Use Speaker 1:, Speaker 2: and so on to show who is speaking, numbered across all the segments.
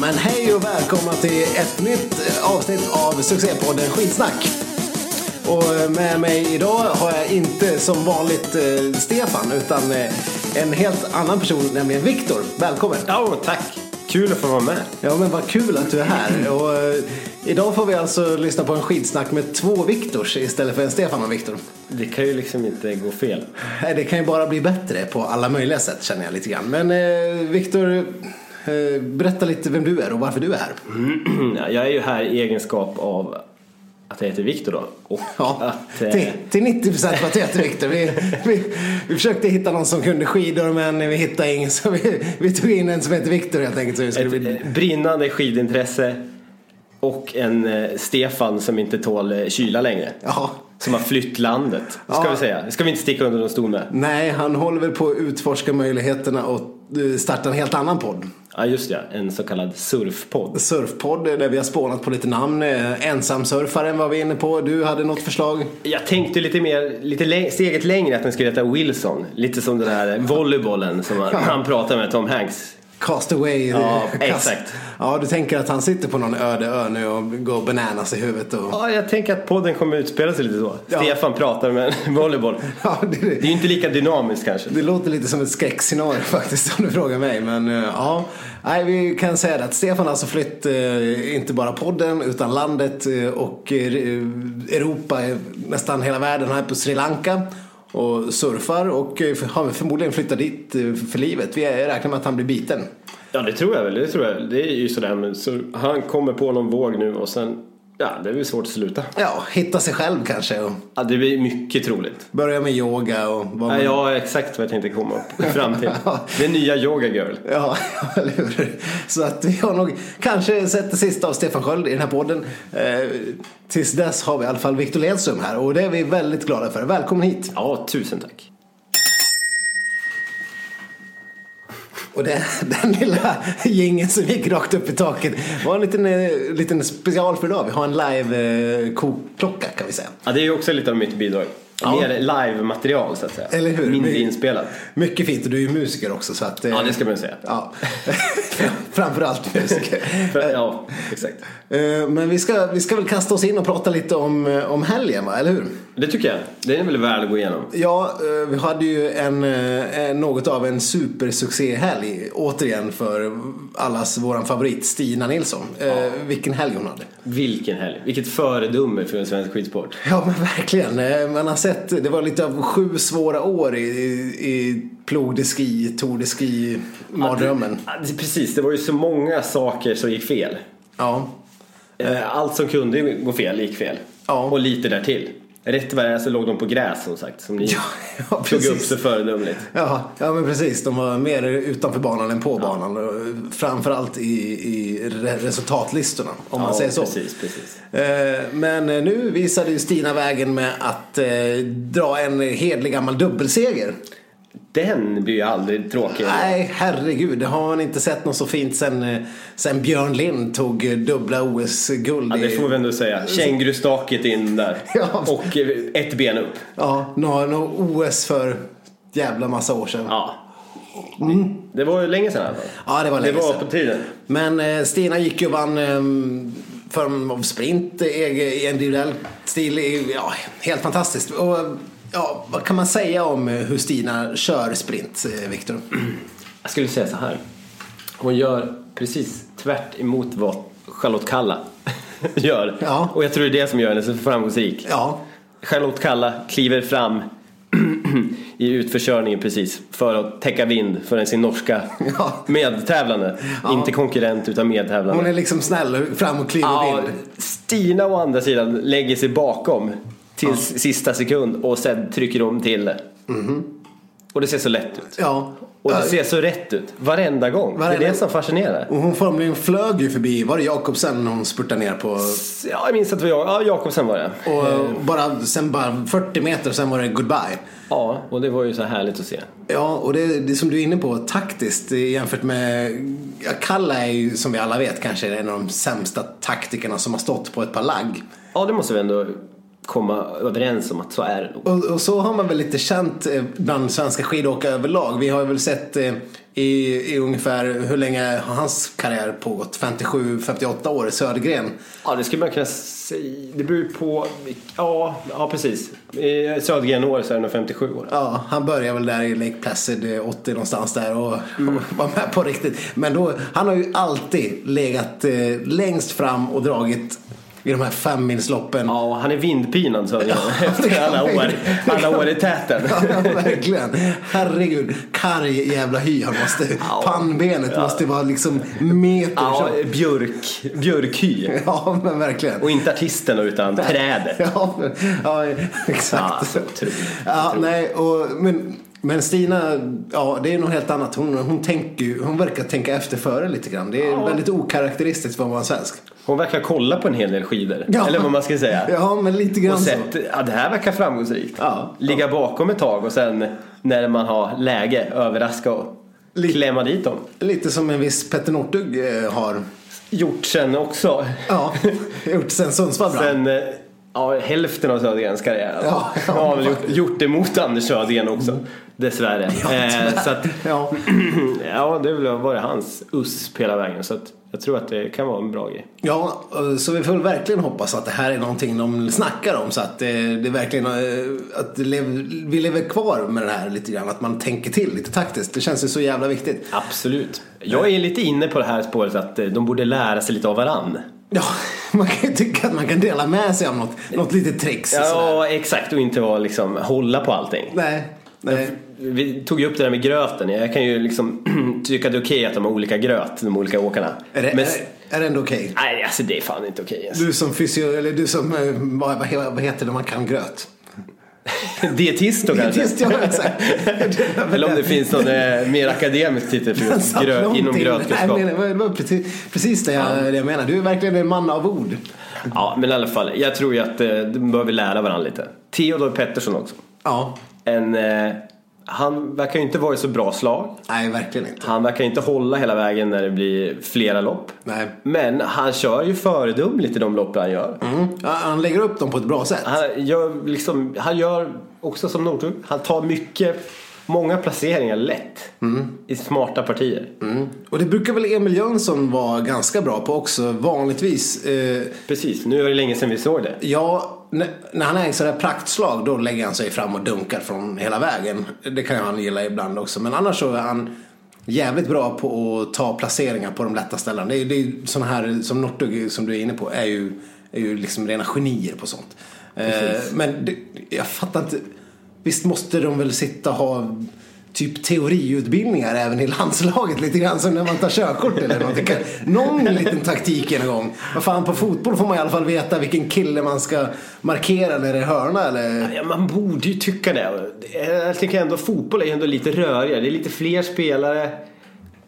Speaker 1: men hej och välkomna till ett nytt eh, avsnitt av succépodden Skitsnack. Och eh, med mig idag har jag inte som vanligt eh, Stefan utan eh, en helt annan person, nämligen Viktor. Välkommen!
Speaker 2: Ja, men tack. Kul att få vara med.
Speaker 1: Ja men vad kul att du är här. Och, eh, idag får vi alltså lyssna på en skitsnack med två Viktors istället för en Stefan och Viktor.
Speaker 2: Det kan ju liksom inte gå fel.
Speaker 1: Nej, Det kan ju bara bli bättre på alla möjliga sätt känner jag lite grann. Men eh, Viktor, eh, berätta lite vem du är och varför du är här.
Speaker 2: Ja, Jag är ju här i egenskap av att jag heter Viktor då. Och
Speaker 1: Ja,
Speaker 2: att, eh,
Speaker 1: till, till 90 procent för att jag heter Viktor. Vi, vi, vi försökte hitta någon som kunde skidor men vi hittade ingen så vi, vi tog in en som heter Viktor helt enkelt. Så det skulle
Speaker 2: ett
Speaker 1: bli...
Speaker 2: eh, brinnande skidintresse och en eh, Stefan som inte tål eh, kyla längre.
Speaker 1: Ja.
Speaker 2: Som har flytt landet, ska
Speaker 1: Ja.
Speaker 2: vi säga. Det ska vi inte sticka under någon stol med.
Speaker 1: Nej, han håller väl på att utforska möjligheterna och eh, starta en helt annan podd.
Speaker 2: Ja, just det. En så kallad surfpodd.
Speaker 1: Surfpodd där vi har spånat på lite namn. Eh, Ensamsurfaren var vi inne på. Du hade något förslag.
Speaker 2: Jag tänkte lite mer, lite lä- steget längre att den skulle heta Wilson. Lite som den här volleybollen som han, han pratar med Tom Hanks.
Speaker 1: Castaway.
Speaker 2: Ja,
Speaker 1: Kast-
Speaker 2: exakt.
Speaker 1: Ja, du tänker att han sitter på någon öde ö nu och går bananas i huvudet och...
Speaker 2: Ja, jag tänker att podden kommer utspela sig lite så.
Speaker 1: Ja.
Speaker 2: Stefan pratar med en volleyboll.
Speaker 1: Ja, det,
Speaker 2: Det är ju inte lika dynamiskt kanske.
Speaker 1: Det låter lite som ett skräckscenario faktiskt om du frågar mig. Men eh, ja, Nej, vi kan säga det att Stefan har alltså flytt eh, inte bara podden utan landet eh, och eh, Europa, eh, nästan hela världen. Han är på Sri Lanka och surfar och eh, har förmodligen flyttat dit eh, för livet. Vi räknar med att han blir biten.
Speaker 2: Ja, det tror jag väl. Det tror jag. Det är ju sådär men så han kommer på någon våg nu och sen, ja, det är väl svårt att sluta.
Speaker 1: Ja, hitta sig själv kanske och
Speaker 2: Ja, det blir mycket troligt.
Speaker 1: börja med yoga och vad man
Speaker 2: Ja, jag har exakt vad jag tänkte komma fram till. Den nya yoga girl.
Speaker 1: Ja, eller hur? Så att vi har nog kanske sett det sista av Stefan Sköld i den här podden. Eh, tills dess har vi i alla fall Viktor Ledström här och det är vi väldigt glada för. Välkommen hit!
Speaker 2: Ja, tusen tack.
Speaker 1: Och det, den lilla gingen som gick rakt upp i taket var en liten, eh, liten special för idag. Vi har en live-kokklocka kan vi säga.
Speaker 2: Ja, det är ju också lite av mitt bidrag.
Speaker 1: Ja.
Speaker 2: Mer live-material så att säga.
Speaker 1: Eller hur?
Speaker 2: Mindre
Speaker 1: Vi-
Speaker 2: inspelat.
Speaker 1: Mycket fint och du är ju musiker också så att... eh,
Speaker 2: Ja, det ska man säga.
Speaker 1: Ja, framförallt musiker.
Speaker 2: För, ja, exakt.
Speaker 1: Eh, Men vi ska, vi ska väl kasta oss in och prata lite om, eh, om helgen, va? eller hur?
Speaker 2: Det tycker jag. Det är väl väl att gå igenom.
Speaker 1: Ja, eh, vi hade ju en, eh, en- något av en supersuccéhelg återigen för allas våran favorit Stina Nilsson. Eh, Vilken helg hon hade.
Speaker 2: Vilken helg. Vilket föredöme för en svensk skidsport.
Speaker 1: Ja men verkligen. Eh, Man har sett, det var lite av sju svåra år i, i, i Plog de Ski, Tour de Ski, mardrömmen.
Speaker 2: Ja, Ah, det- Precis, det var ju så många saker som gick fel.
Speaker 1: Ja.
Speaker 2: Eh, Allt som kunde gå fel gick fel.
Speaker 1: Ja.
Speaker 2: Och lite därtill. Rätt vad det är så låg de på gräs som sagt. Som ni
Speaker 1: Ja, ja
Speaker 2: tog upp
Speaker 1: precis.
Speaker 2: så föredömligt.
Speaker 1: Ja, ja men precis. De var mer utanför banan än på banan. Och Framförallt i, i re- resultatlistorna om man
Speaker 2: ja,
Speaker 1: säger så.
Speaker 2: Precis, precis.
Speaker 1: Eh, Men nu visade ju Stina vägen med att eh, dra en hedlig gammal dubbelseger.
Speaker 2: Den blir ju aldrig tråkig.
Speaker 1: Nej, herregud. Det har man inte sett något så fint sen, eh, sen Björn Lind tog eh, dubbla OS-guld.
Speaker 2: Ja, det
Speaker 1: i-
Speaker 2: får vi ändå säga. Kängurustaket in där.
Speaker 1: Ja.
Speaker 2: Och eh, ett ben upp.
Speaker 1: Ja, nå nå OS för jävla massa år sedan. Ja,
Speaker 2: Ja. Det var ju länge sedan i alla fall.
Speaker 1: Mm. det var
Speaker 2: Det
Speaker 1: länge
Speaker 2: var
Speaker 1: sedan.
Speaker 2: på tiden.
Speaker 1: Men eh, Stina gick ju och vann eh, form av sprint eh, i en individuell stil. i- Ja, helt fantastiskt. Och, ja, vad kan man säga om eh, hur Stina kör sprint, eh, Viktor?
Speaker 2: Jag skulle säga så här. Hon gör precis tvärt emot vad Charlotte Kalla gör.
Speaker 1: Ja.
Speaker 2: Och jag tror det är det som gör henne så framgångsrik.
Speaker 1: Ja,
Speaker 2: Charlotte Kalla kliver fram i utförsörjningen precis för att täcka vind för sin norska
Speaker 1: Ja.
Speaker 2: medtävlande. Inte konkurrent utan medtävlande.
Speaker 1: Hon är liksom snäll fram och kliver
Speaker 2: Ja,
Speaker 1: in.
Speaker 2: Stina å andra sidan lägger sig bakom till sista sekund och sen trycker hon till det.
Speaker 1: Mhm.
Speaker 2: Och det ser så lätt ut.
Speaker 1: Ja.
Speaker 2: Och det ser så rätt ut varenda gång. Det
Speaker 1: Varenda-
Speaker 2: är det som fascinerar.
Speaker 1: Och hon formligen flög ju förbi, var det Jakobsen hon spurtade ner på?
Speaker 2: Ja, jag minns att det var jag. Ja, Jakobsen var det.
Speaker 1: Och bara, sen bara 40 meter, sen var det goodbye.
Speaker 2: Ja, och det var ju så härligt att se.
Speaker 1: Ja, och det, det som du är inne på taktiskt eh, jämfört med... Ja, Kalla är ju som vi alla vet kanske en av de sämsta taktikerna som har stått på ett par lagg.
Speaker 2: Ja, det måste vi ändå komma överens om att så är det nog.
Speaker 1: Och, och så har man väl lite känt eh, bland svenska skidåkare överlag. Vi har ju väl sett eh, i, i ungefär, hur länge har hans karriär pågått? 57-58 år, Södergren.
Speaker 2: Ja, det skulle man kunna säga. Det beror ju på. vilk- Ja, ja precis. I Södergren år så är det nog 57 år.
Speaker 1: Ja, han började väl där i Lake Placid eh, 80 någonstans där och,
Speaker 2: Mm.
Speaker 1: och var med på riktigt. Men då, han har ju alltid legat eh, längst fram och dragit i de här femmilsloppen.
Speaker 2: Ja, han är vindpinad Södergren
Speaker 1: Ja, det
Speaker 2: efter
Speaker 1: kan
Speaker 2: alla
Speaker 1: man ju-
Speaker 2: år,
Speaker 1: det kan
Speaker 2: alla
Speaker 1: man-
Speaker 2: år i täten.
Speaker 1: Ja, verkligen. Herregud, karg jävla hy han måste. Pannbenet måste vara liksom meter
Speaker 2: Ja,
Speaker 1: tjockt.
Speaker 2: björk, björkhy.
Speaker 1: Ja, men verkligen.
Speaker 2: Och inte artisten då, utan trädet.
Speaker 1: Ja, men- ja
Speaker 2: Ja,
Speaker 1: exakt.
Speaker 2: Ah, så otroligt.
Speaker 1: Ja, nej, och, men, men Stina, ja det är något helt annat. Hon, hon, tänker, ju- hon verkar tänka efter före lite grann. Det är väldigt okaraktäristiskt för att vara svensk.
Speaker 2: Hon verkar kolla på en hel del skidor.
Speaker 1: Ja.
Speaker 2: Eller vad man ska säga.
Speaker 1: Ja, men lite grann
Speaker 2: och
Speaker 1: så.
Speaker 2: sett, Alltså, ja, det här verkar framgångsrikt.
Speaker 1: Alltså, Ja.
Speaker 2: Ligga bakom ett tag och sen när man har läge överraska och klämma dit dem.
Speaker 1: Lite som en viss Petter Northug eh, har
Speaker 2: Gjort sen också.
Speaker 1: ja, gjort sen Sundsvall brann.
Speaker 2: Sen eh, ja, hälften av Södergrens karriär. alltså.
Speaker 1: Ja, ja.
Speaker 2: har väl gjort, gjort det mot Anders Södergren också. Dessvärre. eh, så att,
Speaker 1: Ja,
Speaker 2: ja, det har varit hans USP hela vägen. Så att jag tror att det kan vara en bra grej.
Speaker 1: ja, eh, så vi får väl verkligen hoppas att det här är någonting de snackar om så att eh, det verkligen eh, att det lev- vi lever kvar med det här lite grann. Att man tänker till lite taktiskt. Det känns ju så jävla viktigt.
Speaker 2: Absolut. Jag är lite inne på det här spåret att eh, de borde lära sig lite av varann.
Speaker 1: Ja, man kan ju tycka att man kan dela med sig av något, något litet tricks. och sådär.
Speaker 2: Ja, exakt. Och inte vara, liksom, hålla på allting.
Speaker 1: Nej, nej.
Speaker 2: Vi tog ju upp det där med gröten. Jag kan ju liksom tycka att det är okej att de har olika gröt, de olika åkarna.
Speaker 1: Är det,
Speaker 2: Men,
Speaker 1: är, är det ändå okej?
Speaker 2: nej, alltså det är fan inte okej. Alltså.
Speaker 1: Du som fysio, eller du som, eh, vad, vad he- vad heter det man kan gröt?
Speaker 2: Dietist då kanske?
Speaker 1: Dietist, ja exakt.
Speaker 2: Eller om det finns någon eh, mer akademisk titel för just
Speaker 1: Satt
Speaker 2: grö-
Speaker 1: långt
Speaker 2: inom
Speaker 1: in.
Speaker 2: grötkunskap.
Speaker 1: Nej, men Det var- det var precis, precis det, jag, det jag menar. Du är verkligen en man av ord.
Speaker 2: Ja, men i alla fall. Jag tror ju att eh, de behöver lära varandra lite. Theodor Pettersson också.
Speaker 1: Ja,
Speaker 2: En, eh, han verkar ju inte vara i så bra slag.
Speaker 1: nej verkligen inte.
Speaker 2: Han verkar inte hålla hela vägen när det blir flera lopp.
Speaker 1: Nej.
Speaker 2: Men han kör ju föredömligt i de lopp han gör.
Speaker 1: Mm. Ja, Han lägger upp dem på ett bra sätt.
Speaker 2: Han gör, liksom, han gör också som Nordtug. Han tar mycket, många placeringar lätt i smarta partier.
Speaker 1: Mm. Och det brukar väl Emil Jönsson vara ganska bra på också vanligtvis. Eh,
Speaker 2: Precis, nu är det länge sedan vi såg det.
Speaker 1: Ja, när, när han är i sådär praktslag då lägger han sig fram och dunkar från hela vägen. Det kan han gilla ibland också. Men annars så är han jävligt bra på att ta placeringar på de lätta ställena. Det är, det är sådana här som Northug som du är inne på är ju, är ju liksom rena genier på sånt. Eh, men det, jag fattar inte. Visst måste de väl sitta och ha typ teoriutbildningar även i landslaget lite grann som när man tar körkort eller någonting. Kan- Någon liten taktik en gång. Vad fan på fotboll får man i alla fall veta vilken kille man ska markera när det är hörna eller
Speaker 2: Ja, man borde ju tycka det. Jag tycker ändå fotboll är ändå lite rörigare. Det är lite fler spelare.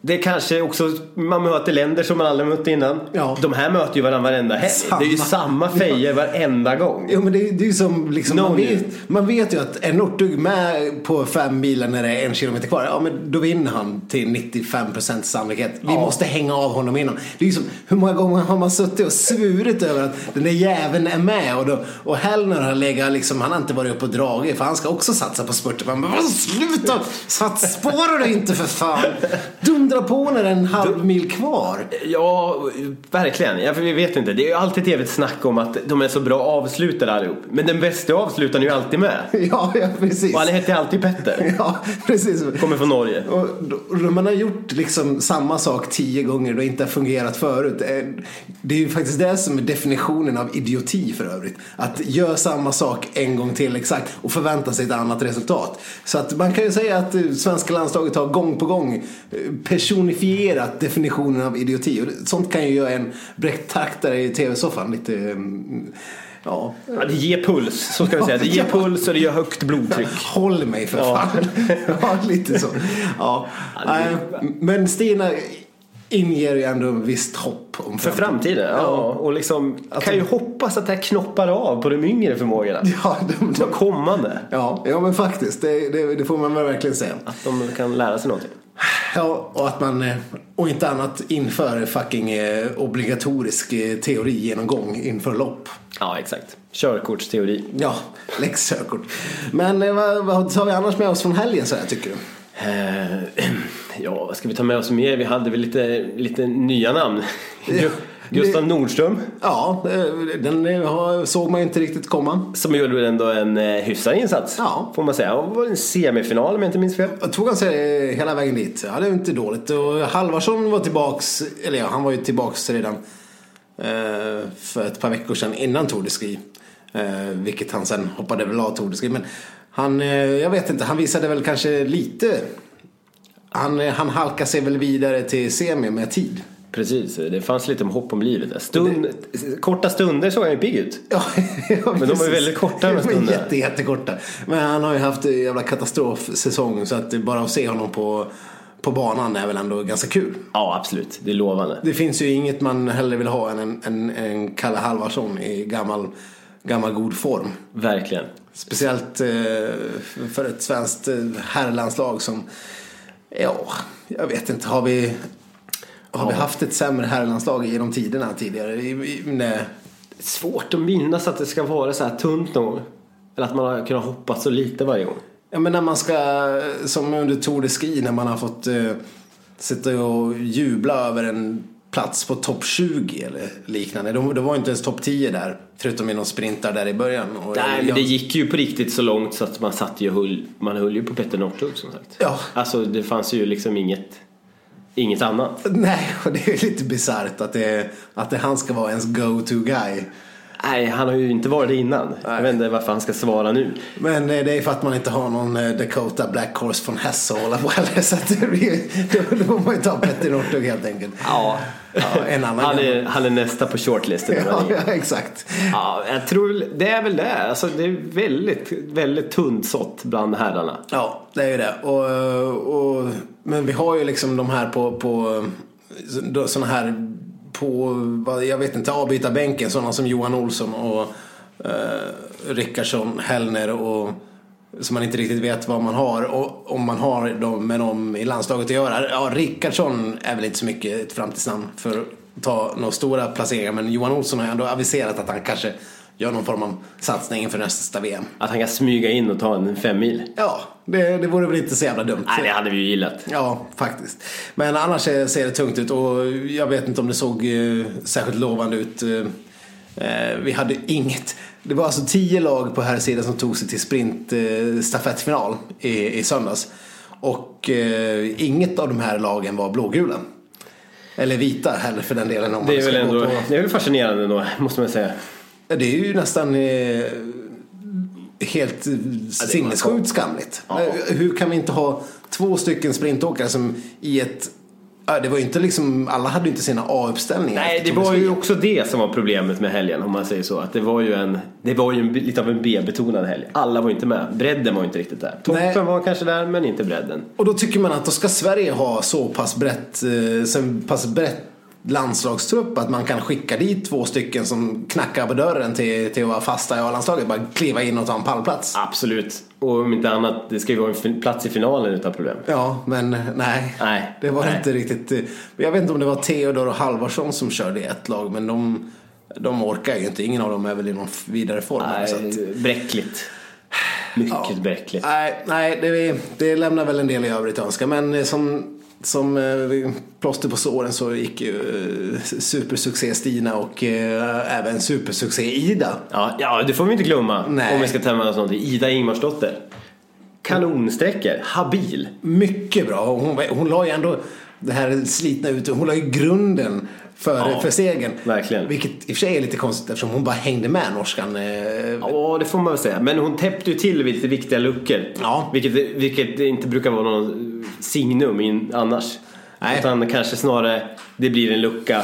Speaker 2: Det är kanske också, man möter länder som man aldrig mött innan.
Speaker 1: Ja.
Speaker 2: De här möter ju varandra varenda helg.
Speaker 1: Samma.
Speaker 2: Det är ju samma fejer varenda gång.
Speaker 1: Jo men det, är- det är ju som liksom,
Speaker 2: No
Speaker 1: man,
Speaker 2: new.
Speaker 1: vet, man vet ju att är Northug med på fem bilar när det är en kilometer kvar, ja men då vinner han till 95% sannolikhet. Vi
Speaker 2: Ja.
Speaker 1: måste hänga av honom innan. Det är ju som, hur många gånger har man suttit och svurit över att den där jäveln är med och, då, och Hellner har legat liksom, han har inte varit uppe och dragit för han ska också satsa på spurten. Man bara, "Vad, sluta! Sats, spårar du inte för fan? Dundra på när det är en halv mil kvar.
Speaker 2: Ja, verkligen. Jag vi vet inte. Det är ju alltid ett evigt snack om att de är så bra avslutare allihop. Men den bästa avslutaren är ju alltid med.
Speaker 1: Ja, ja precis.
Speaker 2: Och han heter alltid Petter.
Speaker 1: Ja, precis.
Speaker 2: Kommer från Norge.
Speaker 1: Och då, och då man har gjort liksom samma sak tio gånger och det inte har fungerat förut. Eh, Det är ju faktiskt det som är definitionen av idioti för övrigt. Att göra samma sak en gång till exakt och förvänta sig ett annat resultat. Så att man kan ju säga att eh, svenska landslaget har gång på gång eh, personifierat definitionen av idioti. Och det- sånt kan ju göra en bräcktraktare i tv-soffan lite, mm, ja,
Speaker 2: Ja, det ger puls, så ska vi säga. Det ger puls och det gör högt blodtryck.
Speaker 1: Håll mig för
Speaker 2: Ja.
Speaker 1: fan. ja, lite så. Ja.
Speaker 2: Ja, det är-
Speaker 1: Nej, Men Stina inger ju ändå visst hopp om
Speaker 2: För
Speaker 1: framtiden.
Speaker 2: framtiden, ja. Och liksom, kan ju hoppas att det här knoppar av på de yngre förmågorna.
Speaker 1: Ja, de, de,
Speaker 2: De kommande.
Speaker 1: ja, ja, men faktiskt. Det, det, det får man väl verkligen säga.
Speaker 2: Att de kan lära sig någonting.
Speaker 1: Ja, och att man, eh, och inte annat, inför fucking eh, obligatorisk eh, teorigenomgång inför lopp.
Speaker 2: Ja, exakt. Körkortsteori.
Speaker 1: Ja, läxkörkort. Men eh, vad, vad tar vi annars med oss från helgen så här tycker du?
Speaker 2: Eh, ja, vad ska vi ta med oss mer? Vi hade väl lite, lite nya namn.
Speaker 1: Ja,
Speaker 2: Gustav Nordström,
Speaker 1: Ja, eh, den eh, har- såg man ju inte riktigt komma.
Speaker 2: som gjorde väl ändå en eh, hyfsad insats.
Speaker 1: Ja.
Speaker 2: Får man säga. Det var en semifinal om jag inte minns fel.
Speaker 1: Jag Tog han sig eh, hela vägen dit? Ja, det är ju inte dåligt. Och Halvarsson var tillbaks, eller ja, han var ju tillbaks redan eh, för ett par veckor sedan innan Tour de Ski. Eh, vilket han sen hoppade väl av Tour de Ski. Men han, eh, jag vet inte, han visade väl kanske lite. Han, eh, han halkade sig väl vidare till semi med tid.
Speaker 2: Precis, det fanns lite om hopp om livet. där. Stund, Korta stunder såg han ju pigg ut.
Speaker 1: Ja, ja,
Speaker 2: de är
Speaker 1: precis.
Speaker 2: väldigt korta, de här
Speaker 1: De är
Speaker 2: stunderna.
Speaker 1: jätte, jättekorta. Men han har ju haft en jävla katastrofsäsong så att det- bara att se honom på, på banan är väl ändå ganska kul.
Speaker 2: Ja, absolut. Det är lovande.
Speaker 1: Det finns ju inget man hellre vill ha än en, en, en Kalle Halvarsson i gammal, gammal god form.
Speaker 2: Verkligen.
Speaker 1: Speciellt eh, för ett svenskt eh, herrlandslag som, ja, jag vet inte, har vi, har vi haft ett sämre herrlandslag genom tiderna tidigare? I, i, nej.
Speaker 2: Svårt att minnas att det ska vara så här tunt någon gång. Eller att man har kunnat hoppa så lite varje gång.
Speaker 1: Ja men när man ska, som under Tour de Ski när man har fått eh, sitta och jubla över en plats på topp 20 eller liknande. De, det var inte ens topp 10 där, förutom i någon sprintar där i början. Och
Speaker 2: Nej, men
Speaker 1: jag-
Speaker 2: det gick ju på riktigt så långt så att man satt ju och höll, man höll ju på Petter Northug som sagt.
Speaker 1: Ja.
Speaker 2: Alltså det fanns ju liksom inget, inget annat.
Speaker 1: Nej, och det är lite bisarrt att, det, att det, han ska vara ens go-to guy.
Speaker 2: Nej, han har ju inte varit det innan. Jag vet inte varför han ska svara nu.
Speaker 1: Men eh, det är för att man inte har någon eh, Dakota Black Horse från Hesse att hålla på heller. Så att det blir, då, då får man ju ta Petter Northug helt enkelt.
Speaker 2: Ja.
Speaker 1: Ja, en annan
Speaker 2: Han
Speaker 1: gammal-
Speaker 2: är, han är nästa på shortlisten.
Speaker 1: Ja, ja, exakt.
Speaker 2: Ja, jag tror det är väl det. Alltså, det är väldigt, väldigt tunt sått bland herrarna.
Speaker 1: Ja, det är ju det. Och, och, men vi har ju liksom de här på, på sådana här på, vad- jag vet inte, avbytarbänken. Sådana som Johan Olsson och eh, Rickardsson, Hellner och som man inte riktigt vet vad man har. Och om man har dem med dem i landslaget att göra. Ja, Rickardsson är väl inte så mycket ett framtidsnamn för att ta några stora placeringar. Men Johan Olsson har ju ändå aviserat att han kanske gör någon form av satsning inför nästa VM.
Speaker 2: Att han kan smyga in och ta en femmil.
Speaker 1: Ja, det, det vore väl inte så jävla dumt.
Speaker 2: Nej, det hade vi ju gillat.
Speaker 1: Ja, faktiskt. Men annars eh, ser det tungt ut och jag vet inte om det såg eh, särskilt lovande ut. Eh, eh, Vi hade inget. Det var alltså tio lag på här sidan som tog sig till sprintstafettfinal i, i söndags. Och eh, inget av de här lagen var blågula. Eller vita heller för den delen. Om man
Speaker 2: Det är
Speaker 1: ska
Speaker 2: väl
Speaker 1: gå
Speaker 2: ändå
Speaker 1: på-
Speaker 2: det är väl fascinerande då, måste man säga.
Speaker 1: Ja, det är ju nästan eh, helt eh, sinnessjukt skamligt.
Speaker 2: Ja.
Speaker 1: Eh, Hur kan vi inte ha två stycken sprintåkare som i ett... Ja, det var ju inte liksom, alla hade ju inte sina A-uppställningar.
Speaker 2: Nej, det
Speaker 1: efter Tour de
Speaker 2: var ju
Speaker 1: Ski.
Speaker 2: också det som var problemet med helgen, om man säger så. Att det var ju, en, det var ju en, lite av en B-betonad helg. Alla var ju inte med. Bredden var ju inte riktigt där. Toppen
Speaker 1: Nej.
Speaker 2: var kanske där, men inte bredden.
Speaker 1: Och då tycker man att då ska Sverige ha så pass brett, eh, så pass brett landslagstrupp att man kan skicka dit två stycken som knackar på dörren till, till att vara fasta i A-landslaget. Bara kliva in och ta en pallplats.
Speaker 2: Absolut. Och om inte annat, det ska ju vara en fin- plats i finalen utan problem.
Speaker 1: Ja, men nej.
Speaker 2: Nej.
Speaker 1: Det var
Speaker 2: Nej.
Speaker 1: inte riktigt. eh, Jag vet inte om det var Theodor och Halvarsson som körde i ett lag, men de, de orkar ju inte. Ingen av dem är väl i någon vidare form. så att,
Speaker 2: Nej, bräckligt. Mycket bräckligt.
Speaker 1: nej, nej det, det lämnar väl en del i övrigt att önska. Men eh, som, som eh, plåster på såren så gick ju eh, supersuccé Stina och eh, även supersuccé Ida.
Speaker 2: Ja, ja, det får vi inte glömma.
Speaker 1: Nej.
Speaker 2: Om vi ska tämma oss någonting. Ida Ingmarsdotter. Kanonsträcker. Habil.
Speaker 1: Mycket bra. Hon, hon la ju ändå det här slitna ut. Hon la ju grunden för,
Speaker 2: Ja,
Speaker 1: för segern.
Speaker 2: verkligen.
Speaker 1: Vilket i och för sig är lite konstigt eftersom hon bara hängde med norskan. eh,
Speaker 2: Ja, det får man väl säga. Men hon täppte ju till vid lite viktiga luckor.
Speaker 1: Ja.
Speaker 2: Vilket, vilket inte brukar vara någon signum in, annars.
Speaker 1: Nej.
Speaker 2: Utan kanske snarare, det blir en lucka.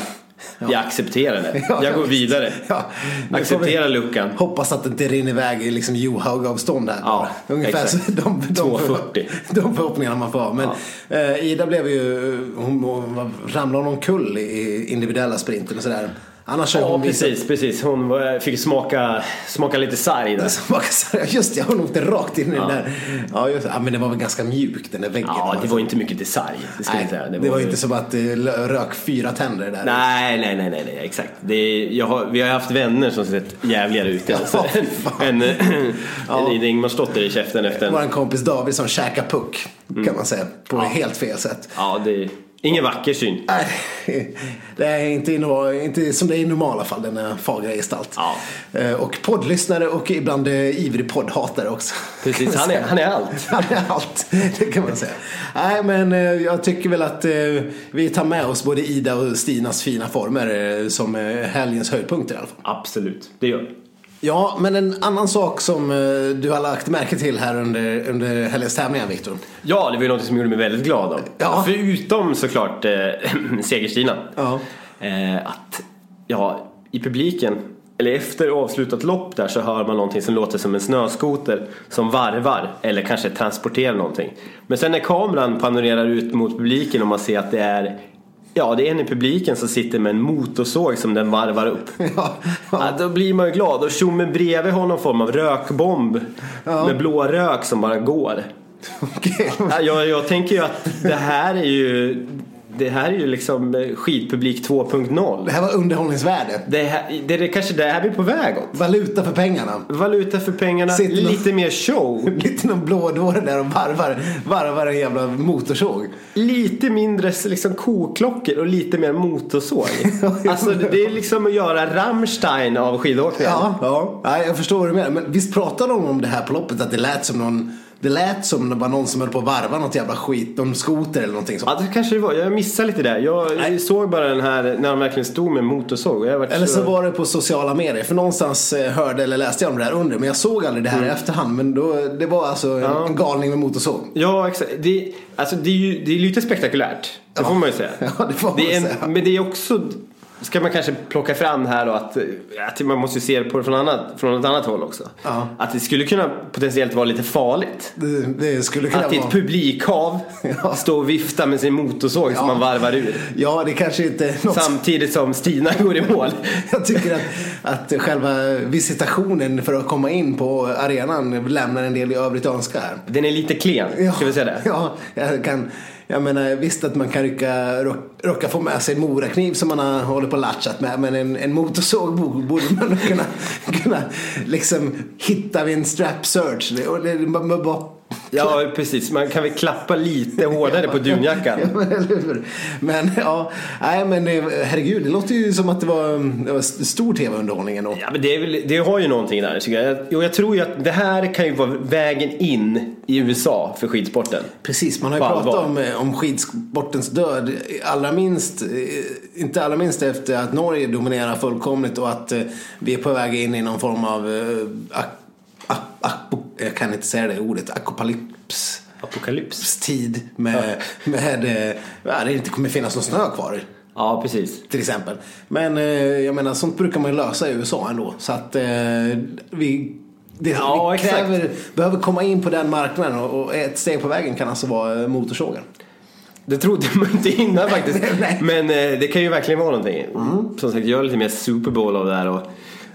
Speaker 2: Jag accepterar det.
Speaker 1: Ja,
Speaker 2: jag går
Speaker 1: visst.
Speaker 2: vidare.
Speaker 1: Ja, nu får
Speaker 2: Acceptera
Speaker 1: vi-
Speaker 2: luckan.
Speaker 1: Hoppas att det inte rinner iväg i liksom Johaug-avstånd där.
Speaker 2: Ja,
Speaker 1: Ungefär
Speaker 2: exakt.
Speaker 1: så de, de,
Speaker 2: 2,40.
Speaker 1: de förhoppningarna man får ha. Men eh, Ida blev ju, hon, hon var- ramlade omkull i individuella sprinten och sådär. Annars har
Speaker 2: Ja,
Speaker 1: hon visat...
Speaker 2: precis, precis. Hon var- fick smaka, smaka lite sarg där.
Speaker 1: Som bara, så här, Just det, hon åkte rakt in i den där. Ja, just, det. ja, men det var väl ganska mjuk den där väggen.
Speaker 2: Ja, det var inte mycket till sarg. Det ska
Speaker 1: Nej,
Speaker 2: jag säga.
Speaker 1: det, var inte som att det rök fyra tänder där.
Speaker 2: Nej, nej, nej, nej, nej exakt. Det är, jag har, vi har haft vänner som sett jävligare ut. Alltså.
Speaker 1: Ja, fan.
Speaker 2: en en, en Ingmarsdotter i käften efter en...
Speaker 1: Vår kompis David som käkar puck
Speaker 2: Mm.
Speaker 1: kan man säga. På helt fel sätt.
Speaker 2: Ja, det är ingen vacker syn.
Speaker 1: Nej, det är inte, i normal- inte som det är i normala fall, denna fagra gestalt.
Speaker 2: Ja.
Speaker 1: Eh, Och poddlyssnare och ibland eh, ivrig poddhatare också.
Speaker 2: Precis, han är, han är allt.
Speaker 1: Han är allt, det kan man säga. Nej, men eh, jag tycker väl att eh, vi tar med oss både Ida och Stinas fina former eh, som eh, helgens höjdpunkter i alla fall.
Speaker 2: Absolut, det gör det.
Speaker 1: Ja, men en annan sak som eh, du har lagt märke till här under, under helgens tävlingar, Viktor.
Speaker 2: Ja, det var ju något som gjorde mig väldigt glad. Då.
Speaker 1: Ja.
Speaker 2: Förutom såklart eh, segerstina.
Speaker 1: Ja.
Speaker 2: Eh, att, ja, i publiken, eller efter avslutat lopp där så hör man någonting som låter som en snöskoter som varvar eller kanske transporterar någonting. Men sen när kameran panorerar ut mot publiken och man ser att det är Ja, det är en i publiken som sitter med en motorsåg som den varvar upp.
Speaker 1: Ja,
Speaker 2: Ja, då blir man ju glad. Och tjommen bredvid har någon form av rökbomb med blå rök som bara går.
Speaker 1: okej.
Speaker 2: Ja, jag, jag tänker ju att det här är ju Det här är ju liksom eh, skidpublik 2.0
Speaker 1: Det här var underhållningsvärde.
Speaker 2: det, här, det är kanske det här vi är på väg åt
Speaker 1: Valuta för pengarna.
Speaker 2: Valuta för pengarna,
Speaker 1: Sitter någon-
Speaker 2: lite mer show
Speaker 1: Lite någon blådåre där och varvar, varvar en jävla motorsåg.
Speaker 2: Lite mindre s- liksom koklockor och lite mer motorsåg Alltså det är liksom att göra Rammstein av skidåkning
Speaker 1: Ja, ja. Nej, jag förstår vad du menar. Men visst pratade de om det här på loppet att det lät som någon det lät som det var någon som höll på att varva något jävla skit, om skoter eller någonting sånt.
Speaker 2: Ja, det kanske det var. Jag missade lite där. Jag såg bara den här när de verkligen stod med motorsåg. Jag varit
Speaker 1: Eller så var det på sociala medier, för någonstans eh, hörde eller läste jag om det här under, men jag såg aldrig det här i efterhand. Men då, det var alltså en, en galning med motorsåg.
Speaker 2: Ja, exakt. Det, alltså, det, är ju, det är lite spektakulärt. Det får man ju säga.
Speaker 1: Ja, det får man
Speaker 2: är en,
Speaker 1: säga.
Speaker 2: Men det är också, ska man kanske plocka fram här då, att, att man måste ju se det på det från, annat, från ett annat håll också.
Speaker 1: Ja.
Speaker 2: Att det skulle kunna potentiellt vara lite farligt.
Speaker 1: Det, det skulle kunna
Speaker 2: Att i ett
Speaker 1: vara...
Speaker 2: publikhav
Speaker 1: Ja.
Speaker 2: stå och vifta med sin motorsåg som man varvar ur.
Speaker 1: Ja, det kanske inte är något
Speaker 2: Samtidigt som Stina går i mål.
Speaker 1: Jag tycker att, att själva visitationen för att komma in på arenan lämnar en del i övrigt att önska här.
Speaker 2: Den är lite klen, ska vi säga det?
Speaker 1: Ja, jag, kan, jag menar visst att man kan rycka, rock- rocka få med sig en morakniv som man har hållit på och latchat med. Men en, en motorsåg bo- borde man kunna, kunna liksom hitta vid en strap search. Det, och det, man, man bara,
Speaker 2: Ja, precis. Man kan väl klappa lite hårdare på dunjackan.
Speaker 1: ja, men, eller hur? Men ja, nej men eh, herregud, det låter ju som att det var, det var stor tv-underhållning ändå.
Speaker 2: Ja, men det, är väl, det har ju någonting där. tycker Jag, jag, jag tror ju att det här kan ju vara vägen in i USA för skidsporten.
Speaker 1: Precis, man har ju
Speaker 2: På
Speaker 1: pratat
Speaker 2: allvar.
Speaker 1: om, eh, om skidsportens död. Allra minst, eh, inte allra minst efter att Norge dominerar fullkomligt och att eh, vi är på väg in i någon form av... eh, ak- ak- ak- Jag kan inte säga det ordet. Apokalyps
Speaker 2: Apokalyps.
Speaker 1: tid med, med eh, ja, det inte kommer finnas någon snö kvar
Speaker 2: Ja, precis.
Speaker 1: till exempel. Men eh, jag menar sånt brukar man ju lösa i USA ändå. Så att eh, vi, det,
Speaker 2: Ja,
Speaker 1: vi
Speaker 2: exakt.
Speaker 1: kräver, behöver komma in på den marknaden och, och ett steg på vägen kan alltså vara eh, motorsågen.
Speaker 2: Det trodde man inte innan faktiskt.
Speaker 1: Nej, nej. Mm.
Speaker 2: Men eh, det kan ju verkligen vara någonting. Som sagt, gör lite mer Super Bowl av det här och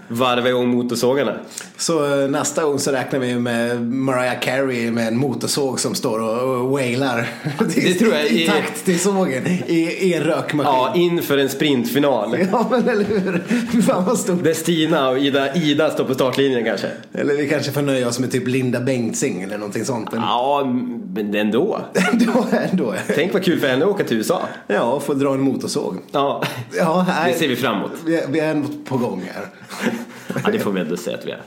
Speaker 2: varva igång motorsågarna.
Speaker 1: Så eh, nästa gång så räknar vi med Mariah Carey med en motorsåg som står och, och wailar.
Speaker 2: Det tror jag
Speaker 1: I,
Speaker 2: är-
Speaker 1: takt till sågen. I, i en rökmaskin.
Speaker 2: Ja, inför en sprintfinal.
Speaker 1: Ja, men eller hur? Fy Fan vad stort.
Speaker 2: Där Stina och Ida, Ida står på startlinjen kanske.
Speaker 1: Eller vi kanske får nöja oss med typ Linda Bengtzing eller någonting sånt. Men
Speaker 2: Ja, men ändå.
Speaker 1: ändå, ändå.
Speaker 2: Tänk vad kul för henne att åka till USA.
Speaker 1: Ja, får dra en motorsåg.
Speaker 2: Ja,
Speaker 1: Ja,
Speaker 2: det
Speaker 1: nej.
Speaker 2: ser vi fram emot.
Speaker 1: Vi är, vi är ändå på gång här.
Speaker 2: Ja, det får vi ändå säga att vi är.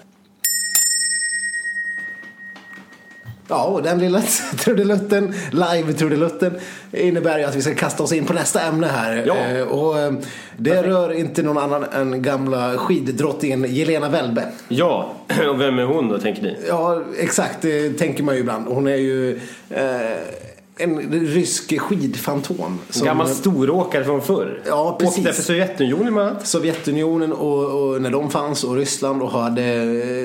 Speaker 1: Ja, och den lilla trudelutten, live-trudelutten, innebär ju att vi ska kasta oss in på nästa ämne här.
Speaker 2: Ja.
Speaker 1: Eh, Och eh, det rör inte någon annan än gamla skiddrottningen Jelena Welbe.
Speaker 2: Ja, och vem är hon då tänker ni?
Speaker 1: Ja, exakt, det tänker man ju ibland. Hon är ju eh, en rysk skidfantom.
Speaker 2: En
Speaker 1: som-
Speaker 2: Gammal storåkare från förr.
Speaker 1: Ja, precis.
Speaker 2: Åkte för Sovjetunionen bland annat.
Speaker 1: Sovjetunionen och, eh, och när de fanns och Ryssland och hade,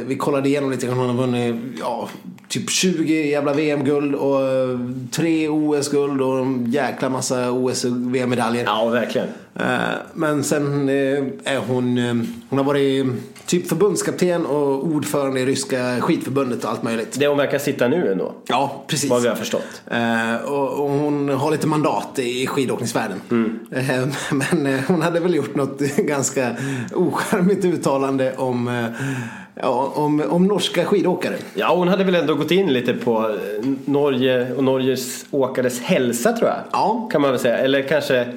Speaker 1: vi kollade igenom lite grann, hon har vunnit ja, typ 20 jävla VM-guld och eh, tre OS-guld och en jäkla massa OS och VM-medaljer.
Speaker 2: Ja, verkligen.
Speaker 1: Eh, Men sen eh, är hon, eh, hon har varit typ förbundskapten och ordförande i ryska skidförbundet och allt möjligt.
Speaker 2: Det hon verkar sitta nu ändå.
Speaker 1: Ja, precis.
Speaker 2: Vad vi har förstått.
Speaker 1: Eh, och, och hon har lite mandat i skidåkningsvärlden.
Speaker 2: Mm.
Speaker 1: Eh, men eh, hon hade väl gjort något ganska ocharmigt uttalande om, eh, ja, om, om norska skidåkare.
Speaker 2: Ja, hon hade väl ändå gått in lite på eh, Norge och Norges åkares hälsa tror jag.
Speaker 1: Ja.
Speaker 2: Kan man väl säga. Eller kanske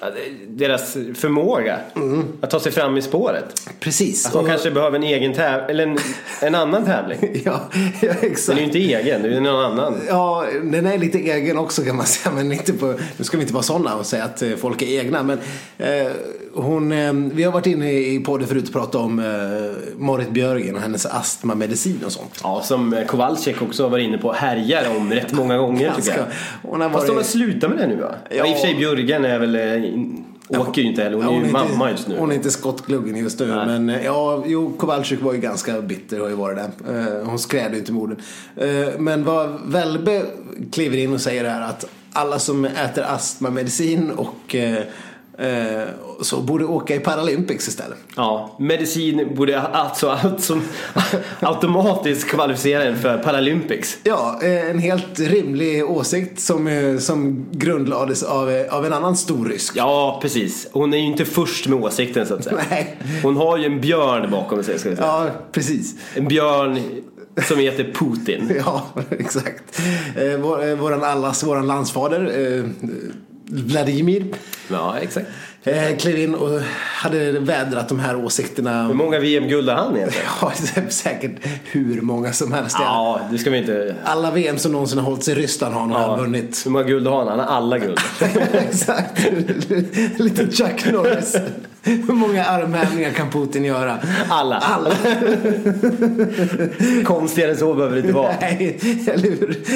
Speaker 2: ja, deras förmåga
Speaker 1: Mm.
Speaker 2: att ta sig fram i spåret.
Speaker 1: Precis.
Speaker 2: De
Speaker 1: Och-
Speaker 2: kanske behöver en egen tävling, eller en, en annan tävling.
Speaker 1: ja, ja,
Speaker 2: Den
Speaker 1: exakt.
Speaker 2: är ju inte egen, det är ju någon annan.
Speaker 1: Ja, den är lite egen också kan man säga. Men inte på, nu ska vi inte vara sådana och säga att eh, folk är egna. Men eh, hon, eh, vi har varit inne i podden förut och pratat om eh, Marit Björgen och hennes astmamedicin och sånt.
Speaker 2: Ja, som eh, Kowalczyk också var inne på, härjar om rätt många gånger tycker jag.
Speaker 1: Ganska- hon har
Speaker 2: Fast de har
Speaker 1: varit-
Speaker 2: slutat med det nu va? Ja.
Speaker 1: Ja.
Speaker 2: I och för sig Björgen är väl, eh, in- åker ju inte heller, hon
Speaker 1: Ja,
Speaker 2: är ju
Speaker 1: är inte-
Speaker 2: mamma just nu.
Speaker 1: Hon är inte skottgluggen just nu.
Speaker 2: Nej.
Speaker 1: Men eh, ja, jo, Kowalczyk var ju ganska bitter. Har ju varit det. Eh, Hon skrädde ju inte morden. Eh, Men vad Välbe kliver in och säger är att alla som äter astmamedicin och eh, eh, så borde åka i Paralympics istället.
Speaker 2: Ja, medicin borde alltså, alltså automatiskt kvalificera en för Paralympics.
Speaker 1: Ja, eh, en helt rimlig åsikt som, eh, som grundlades av, eh, av en annan stor rysk.
Speaker 2: Ja, precis. Hon är ju inte först med åsikten så att säga.
Speaker 1: Nej.
Speaker 2: Hon har ju en björn bakom sig ska vi säga.
Speaker 1: Ja, precis.
Speaker 2: En björn som heter Putin.
Speaker 1: Ja, exakt. Eh, vår, eh, våran allas, våran landsfader eh, Vladimir
Speaker 2: Ja, exakt.
Speaker 1: eh, klev in och hade vädrat de här
Speaker 2: Hur
Speaker 1: åsikterna.
Speaker 2: många VM-guld har han egentligen?
Speaker 1: Ja, det är säkert hur många som helst.
Speaker 2: Ja, det ska vi inte...
Speaker 1: Alla VM som någonsin har hållits i Ryssland har han
Speaker 2: Ja.
Speaker 1: vunnit.
Speaker 2: Hur många guld har han? Han har alla guld.
Speaker 1: exakt. Lite Chuck Norris. Hur många armhävningar kan Putin göra?
Speaker 2: Alla.
Speaker 1: Alla.
Speaker 2: Konstigare än så behöver det inte vara.
Speaker 1: Nej, eller hur?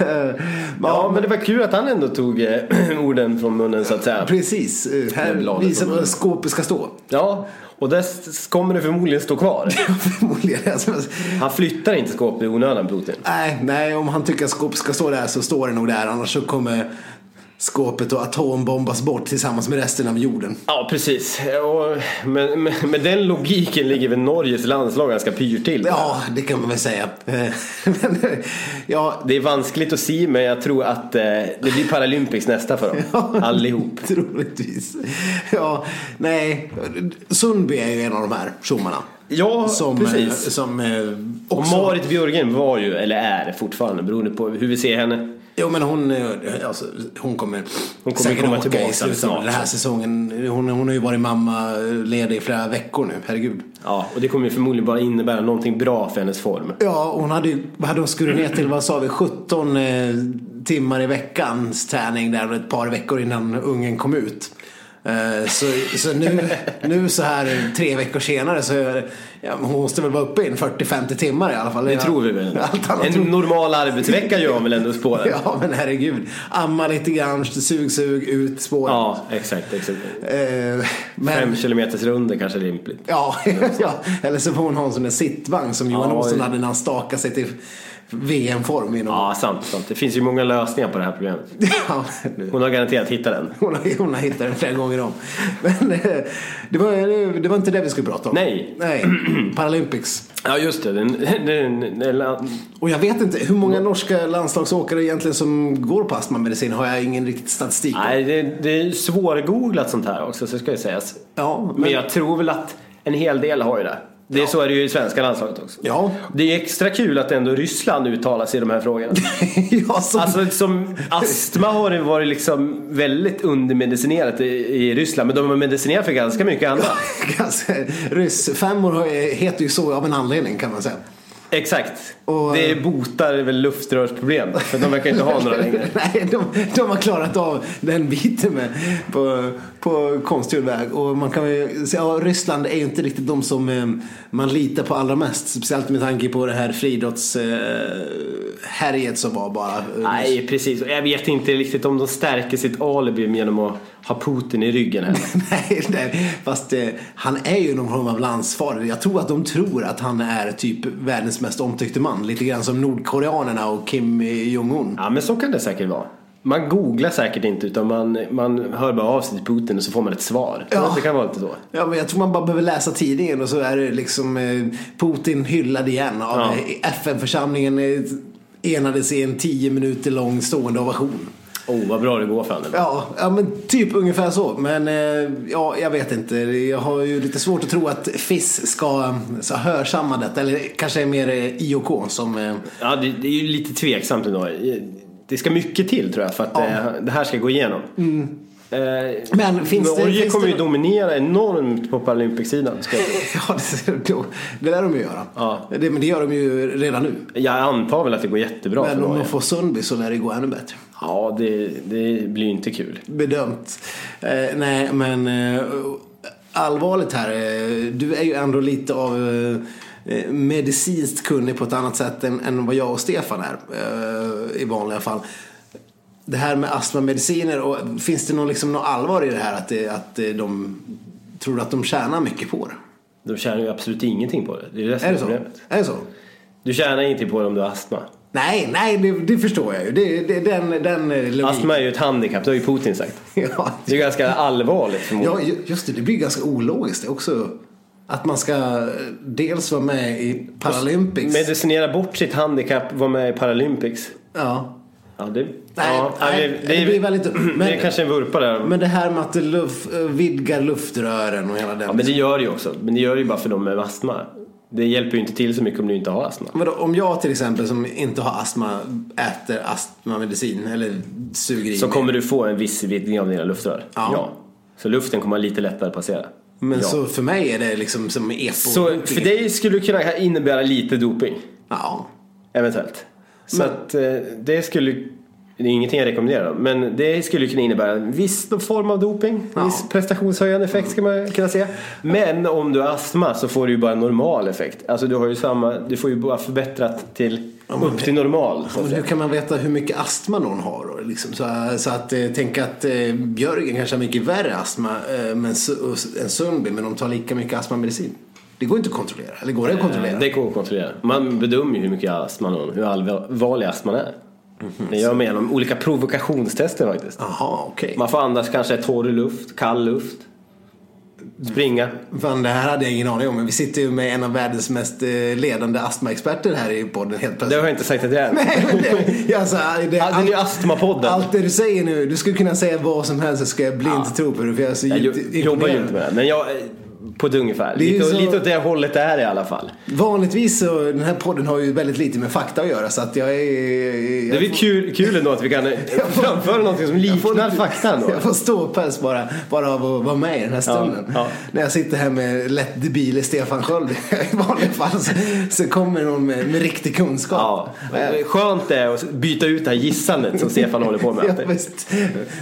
Speaker 1: Eh,
Speaker 2: Ja, men det var kul att han ändå tog eh, orden från munnen så att säga.
Speaker 1: Precis. Eh,
Speaker 2: Det är
Speaker 1: Här
Speaker 2: bladet
Speaker 1: visar
Speaker 2: som-
Speaker 1: vad skåpet ska stå.
Speaker 2: Ja, och där s- kommer det förmodligen stå kvar.
Speaker 1: Förmodligen. Alltså,
Speaker 2: Han flyttar inte skåpet i onödan, Putin.
Speaker 1: nej, nej, om han tycker att skåpet ska stå där så står det nog där. Annars så kommer skåpet och atombombas bort tillsammans med resten av jorden.
Speaker 2: Ja, precis. Och med, med, med den logiken ligger väl Norges landslag ganska pyrt till.
Speaker 1: Ja, det kan man väl säga. Eh, Men, eh, ja,
Speaker 2: Det är vanskligt att se, men jag tror att eh, det blir Paralympics nästa för dem. Allihop.
Speaker 1: troligtvis. Ja, nej. Sundby är ju en av de här tjommarna.
Speaker 2: Ja,
Speaker 1: Som,
Speaker 2: precis.
Speaker 1: eh, som eh,
Speaker 2: Och
Speaker 1: också...
Speaker 2: Marit Björgen var ju, eller är fortfarande, beroende på hur vi ser henne.
Speaker 1: Jo men hon, eh, alltså, hon kommer,
Speaker 2: Hon kommer komma
Speaker 1: åka
Speaker 2: tillbaka
Speaker 1: i slutet av
Speaker 2: snart.
Speaker 1: liksom. den här säsongen. Hon, hon har ju varit mammaledig i flera veckor nu, herregud.
Speaker 2: Ja, och det kommer ju förmodligen bara innebära någonting bra för hennes form.
Speaker 1: Ja, hon hade ju, vad hade hon skurit ner till, vad sa vi, 17 eh, timmar i veckans träning där ett par veckor innan ungen kom ut. Eh, så så nu, nu så här tre veckor senare så är, ja, hon måste väl vara uppe i en 40-50 timmar i alla fall.
Speaker 2: Det tror vi väl.
Speaker 1: Allt annat
Speaker 2: En
Speaker 1: tror-
Speaker 2: normal arbetsvecka gör man väl ändå spåren? Ja.
Speaker 1: Ja men herregud. Amma lite grann, sug sug, ut spåren.
Speaker 2: exakt. exakt.
Speaker 1: Eh, men,
Speaker 2: Fem kilometers runder kanske är rimligt.
Speaker 1: Ja, ja, eller så får hon ha en sån där sittvagn som Johan
Speaker 2: Ja,
Speaker 1: Olsson
Speaker 2: det-
Speaker 1: hade när han stakade sig till VM-form. Inom...
Speaker 2: Ja, sant, sant. Det finns ju många lösningar på det här problemet.
Speaker 1: Ja, nu.
Speaker 2: Hon har garanterat hittat den.
Speaker 1: Hon har, hon har hittat den flera gånger om. Men eh, det var, det var inte det vi skulle prata om.
Speaker 2: Nej.
Speaker 1: Nej. Paralympics.
Speaker 2: Ja, just det. Den, den, den, den,
Speaker 1: Och jag vet inte hur många norska landslagsåkare egentligen som går på astmamedicin har jag ingen riktig statistik om.
Speaker 2: nej, det, det är svårgooglat sånt här också, så ska ju sägas.
Speaker 1: Ja,
Speaker 2: Men
Speaker 1: men...
Speaker 2: jag tror väl att en hel del har ju det. Det är så är det ju i svenska landslaget också.
Speaker 1: Ja.
Speaker 2: Det är extra kul att ändå Ryssland uttalar sig i de här frågorna.
Speaker 1: ja, som...
Speaker 2: Alltså som astma har det varit liksom väldigt undermedicinerat i, i Ryssland. Men de har medicinerat för ganska mycket annat.
Speaker 1: Ganska- Ryssfemmor har- heter ju så av en anledning kan man säga.
Speaker 2: Exakt.
Speaker 1: Och-
Speaker 2: det botar väl luftrörsproblem. För de verkar inte ha några längre.
Speaker 1: Nej, de, de har klarat av den biten med på, på konstgjord väg. Och man kan ju säga, ja, Ryssland är ju inte riktigt de som eh, man litar på allra mest. Speciellt med tanke på det här friidrottshärjet som var bara.
Speaker 2: Nej, precis. Och Jag vet inte riktigt om de stärker sitt alibi genom att ha Putin i ryggen här.
Speaker 1: nej, nej, fast eh, han är ju någon form av landsfader. Jag tror att de tror att han är typ världens mest omtyckte man. Lite grann som Nordkoreanerna och Kim Jong-Un.
Speaker 2: Ja, men så kan det säkert vara. Man googlar säkert inte utan man, man hör bara av sig till Putin och så får man ett svar.
Speaker 1: Ja.
Speaker 2: Det kan vara lite så.
Speaker 1: Ja, men jag tror man bara behöver läsa tidningen och så är det liksom eh, Putin hyllad igen av
Speaker 2: Ja.
Speaker 1: eh, FN-församlingen eh, enades i en tio minuter lång stående ovation.
Speaker 2: Åh, oh, vad bra det går för honom.
Speaker 1: Ja, ja men typ ungefär så. Men eh, ja, jag vet inte. Jag har ju lite svårt att tro att FIS ska eh, så hörsamma detta. Eller kanske mer eh, IOK som... eh,
Speaker 2: Ja, det, det är ju lite tveksamt ändå. Det ska mycket till tror jag för att eh, det här ska gå igenom. Eh,
Speaker 1: Mm. Men finns det-
Speaker 2: Norge
Speaker 1: finns
Speaker 2: kommer
Speaker 1: det-
Speaker 2: ju dominera enormt på Paralympics-sidan. ska jag-
Speaker 1: Ja, det, det lär de ju göra.
Speaker 2: Ja.
Speaker 1: Det, men det gör de ju redan nu.
Speaker 2: Jag antar väl att det går jättebra för
Speaker 1: men om
Speaker 2: Norge.
Speaker 1: de får Sundby så lär det gå ännu bättre.
Speaker 2: Ja, det, det blir ju inte kul.
Speaker 1: bedömt. Eh, nej, men eh, allvarligt här. Eh, du är ju ändå lite av eh, medicinskt kunnig på ett annat sätt än, än vad jag och Stefan är eh, i vanliga fall. Det här med astmamediciner, och, finns det någon, liksom, någon allvar i det här? Att, det, att eh, de tror du att de tjänar mycket på det?
Speaker 2: De tjänar ju absolut ingenting på det. Det är ju det
Speaker 1: Är
Speaker 2: som är
Speaker 1: det så?
Speaker 2: problemet.
Speaker 1: Är det så?
Speaker 2: Du tjänar ingenting på det om du har astma.
Speaker 1: Nej, nej, det, det förstår jag ju. Det, det, den, den eh, logiken.
Speaker 2: Astma är ju ett handikapp, det har ju Putin sagt.
Speaker 1: Ja,
Speaker 2: Det är ju ganska allvarligt förmodligen.
Speaker 1: Ja, ju- just det. Det blir ganska ologiskt det också. Att man ska eh, dels vara med i Paralympics.
Speaker 2: Medicinera bort sitt handikapp, vara med i Paralympics.
Speaker 1: Ja.
Speaker 2: Ja, det,
Speaker 1: Nej,
Speaker 2: ja,
Speaker 1: nej,
Speaker 2: det,
Speaker 1: det blir väldigt-
Speaker 2: det är
Speaker 1: men-
Speaker 2: kanske en vurpa där.
Speaker 1: Men det här med att det luft, vidgar luftrören och hela den.
Speaker 2: Ja, men det gör det ju också. Men det gör det ju bara för de med astma. Det hjälper ju inte till så mycket om du inte har astma.
Speaker 1: Vadå, om jag till exempel som inte har astma äter astmamedicin eller suger i
Speaker 2: Så
Speaker 1: mig.
Speaker 2: kommer du få en viss vidgning av dina luftrör.
Speaker 1: Ja.
Speaker 2: Så luften kommer lite lättare att passera.
Speaker 1: Men
Speaker 2: ja.
Speaker 1: så för mig är det liksom som epo.
Speaker 2: så för dig skulle det kunna innebära lite doping.
Speaker 1: Ja.
Speaker 2: Eventuellt. Så att eh, det skulle... Det är ingenting jag rekommenderar men det skulle kunna innebära en viss form av doping. en
Speaker 1: Ja.
Speaker 2: Viss prestationshöjande effekt ska man kunna säga. Men om du har astma så får du ju bara en normal effekt. Alltså du har ju samma, du får ju bara förbättrat till, upp till normal. Så att
Speaker 1: Men
Speaker 2: säga.
Speaker 1: hur kan man veta hur mycket astma någon har då? Liksom, så, så att eh, tänka att eh, Björgen kanske har mycket värre astma eh, men, Su- och S- än Sundby men de tar lika mycket astmamedicin. Det går inte att kontrollera. Eller går det att kontrollera?
Speaker 2: Eh, Det går att kontrollera. Man bedömer ju hur mycket astma man har, hur allvarlig astman är.
Speaker 1: Mhm.
Speaker 2: Det gör man genom olika provokationstester faktiskt.
Speaker 1: Jaha, okej.
Speaker 2: Man får andas kanske torr luft, kall luft. Springa.
Speaker 1: Fan, det här hade jag ingen aning om. Men vi sitter ju med en av världens mest eh, ledande astmaexperter här i podden helt
Speaker 2: Det
Speaker 1: plötsligt.
Speaker 2: har jag inte sagt att det är.
Speaker 1: Nej, men det, jag sa, det,
Speaker 2: Ja, Det är ju astmapodden.
Speaker 1: allt det du säger nu, du skulle kunna säga vad som helst så ska jag blint tro på det för jag är så
Speaker 2: Jag
Speaker 1: djupt
Speaker 2: jo- jobbar ju
Speaker 1: imponerad.
Speaker 2: inte med det. Men jag, eh, på ett ungefär.
Speaker 1: Det är ju
Speaker 2: Lite,
Speaker 1: så-
Speaker 2: lite åt det hållet det är i alla fall.
Speaker 1: Vanligtvis så, den här podden har ju väldigt lite med fakta att göra så att jag är...
Speaker 2: Det är
Speaker 1: jag
Speaker 2: väl kul, kul ändå att vi kan eh, framföra någonting som
Speaker 1: jag får
Speaker 2: liknar
Speaker 1: lite-
Speaker 2: fakta ändå.
Speaker 1: Jag får ståpäls bara, bara av att vara med i den här stunden.
Speaker 2: ja.
Speaker 1: När jag sitter här med lätt debile Stefan Sköld i vanliga fall så, så kommer någon med, med riktig kunskap.
Speaker 2: Ja. Skönt det är att byta ut det här gissandet som Stefan håller på
Speaker 1: Ja,
Speaker 2: med.
Speaker 1: visst.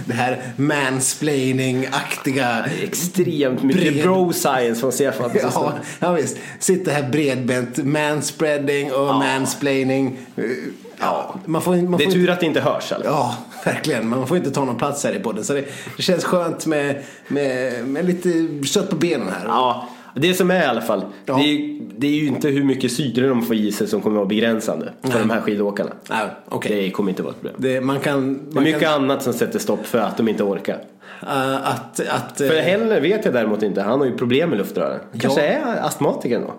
Speaker 1: Det här mansplaining-aktiga.
Speaker 2: Extremt mycket
Speaker 1: Bred-
Speaker 2: bro science från Stefan.
Speaker 1: Ja, ja, visst. Sitta här bredbent, manspreading och mansplaining. Ja, man får, man
Speaker 2: Det är
Speaker 1: får
Speaker 2: tur att det inte hörs. Eller?
Speaker 1: Ja, verkligen. Man får inte ta någon plats här i podden. Så det, det känns skönt med, med, med lite kött på benen här.
Speaker 2: Ja, det som är i alla fall.
Speaker 1: Ja.
Speaker 2: Det, är, ju- det är ju inte hur mycket syre de får i sig som kommer att vara begränsande för de här skidåkarna.
Speaker 1: Nej, okej.
Speaker 2: Det kommer inte vara ett problem.
Speaker 1: Det, man kan...
Speaker 2: Det är
Speaker 1: Man
Speaker 2: mycket
Speaker 1: kan
Speaker 2: annat som sätter stopp för att de inte orkar.
Speaker 1: äh, att, att,
Speaker 2: För
Speaker 1: äh,
Speaker 2: Heller vet jag däremot inte. Han har ju problem med luftrören. Kanske
Speaker 1: Ja.
Speaker 2: är astmatiker då.
Speaker 1: äh,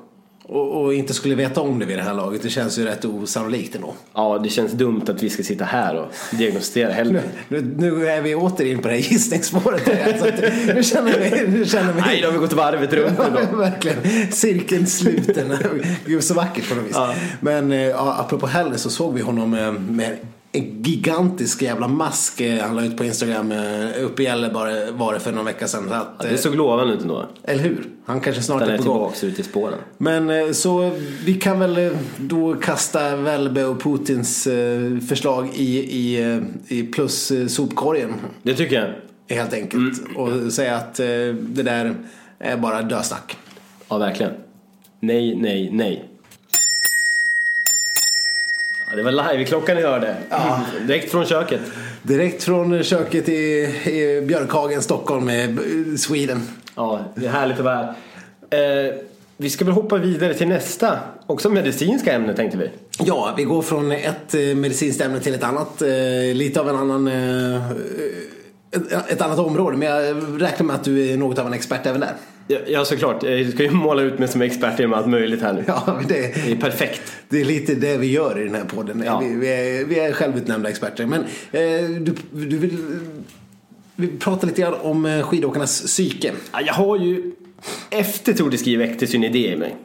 Speaker 1: och, och inte skulle veta om det vid det här laget. Det känns ju rätt osannolikt ändå.
Speaker 2: Ja, det känns dumt att vi ska sitta här och diagnostisera heller.
Speaker 1: Nu, nu är vi åter in på det här gissningsspåret. här, så att, nu känner vi... Nu känner vi
Speaker 2: Nej, då har vi gått varvet runt ändå.
Speaker 1: Verkligen. Cirkeln sluten. Gud, så vackert på något vis.
Speaker 2: Ja.
Speaker 1: Men eh, ja, apropå Heller så såg vi honom eh, med en gigantisk jävla mask. eh, Han la ut på Instagram. eh, Uppe i Gällö bara- var det för någon vecka sedan. Så att,
Speaker 2: Det
Speaker 1: eh,
Speaker 2: såg lovande ut ändå.
Speaker 1: eller hur? Han kanske snart
Speaker 2: Den
Speaker 1: är,
Speaker 2: är
Speaker 1: på gång.
Speaker 2: tillbaks ute i spåren.
Speaker 1: Men eh, så vi kan väl eh, då kasta Välbe och Putins eh, förslag i, i, eh, i plus eh, sopkorgen.
Speaker 2: Det tycker jag.
Speaker 1: Helt enkelt.
Speaker 2: Mm.
Speaker 1: Och säga att eh, det där är bara dösnack.
Speaker 2: Ja, verkligen. Nej, nej, nej. Ja, det var liveklockan ni hörde. Direkt från köket.
Speaker 1: Direkt från köket i, i Björkhagen, Stockholm, eh, Sweden.
Speaker 2: Ja, det är härligt att vara här. Eh, Vi ska väl hoppa vidare till nästa, också medicinska ämne tänkte vi.
Speaker 1: Ja, vi går från ett eh, medicinskt ämne till ett annat. eh, Lite av en annan... eh, Ett ett annat område, men jag räknar med att du är något av en expert även där.
Speaker 2: Ja, ja såklart, jag ska ju måla ut mig som expert inom allt möjligt här nu.
Speaker 1: Ja, men det,
Speaker 2: Det är perfekt.
Speaker 1: det är lite det vi gör i den här podden.
Speaker 2: Ja.
Speaker 1: Vi, vi, är, vi är självutnämnda experter. Men eh, du, du vill... Vi pratar lite grann om eh, skidåkarnas psyke.
Speaker 2: Ja, Jag har ju efter Tour de Ski väcktes ju en idé i mig.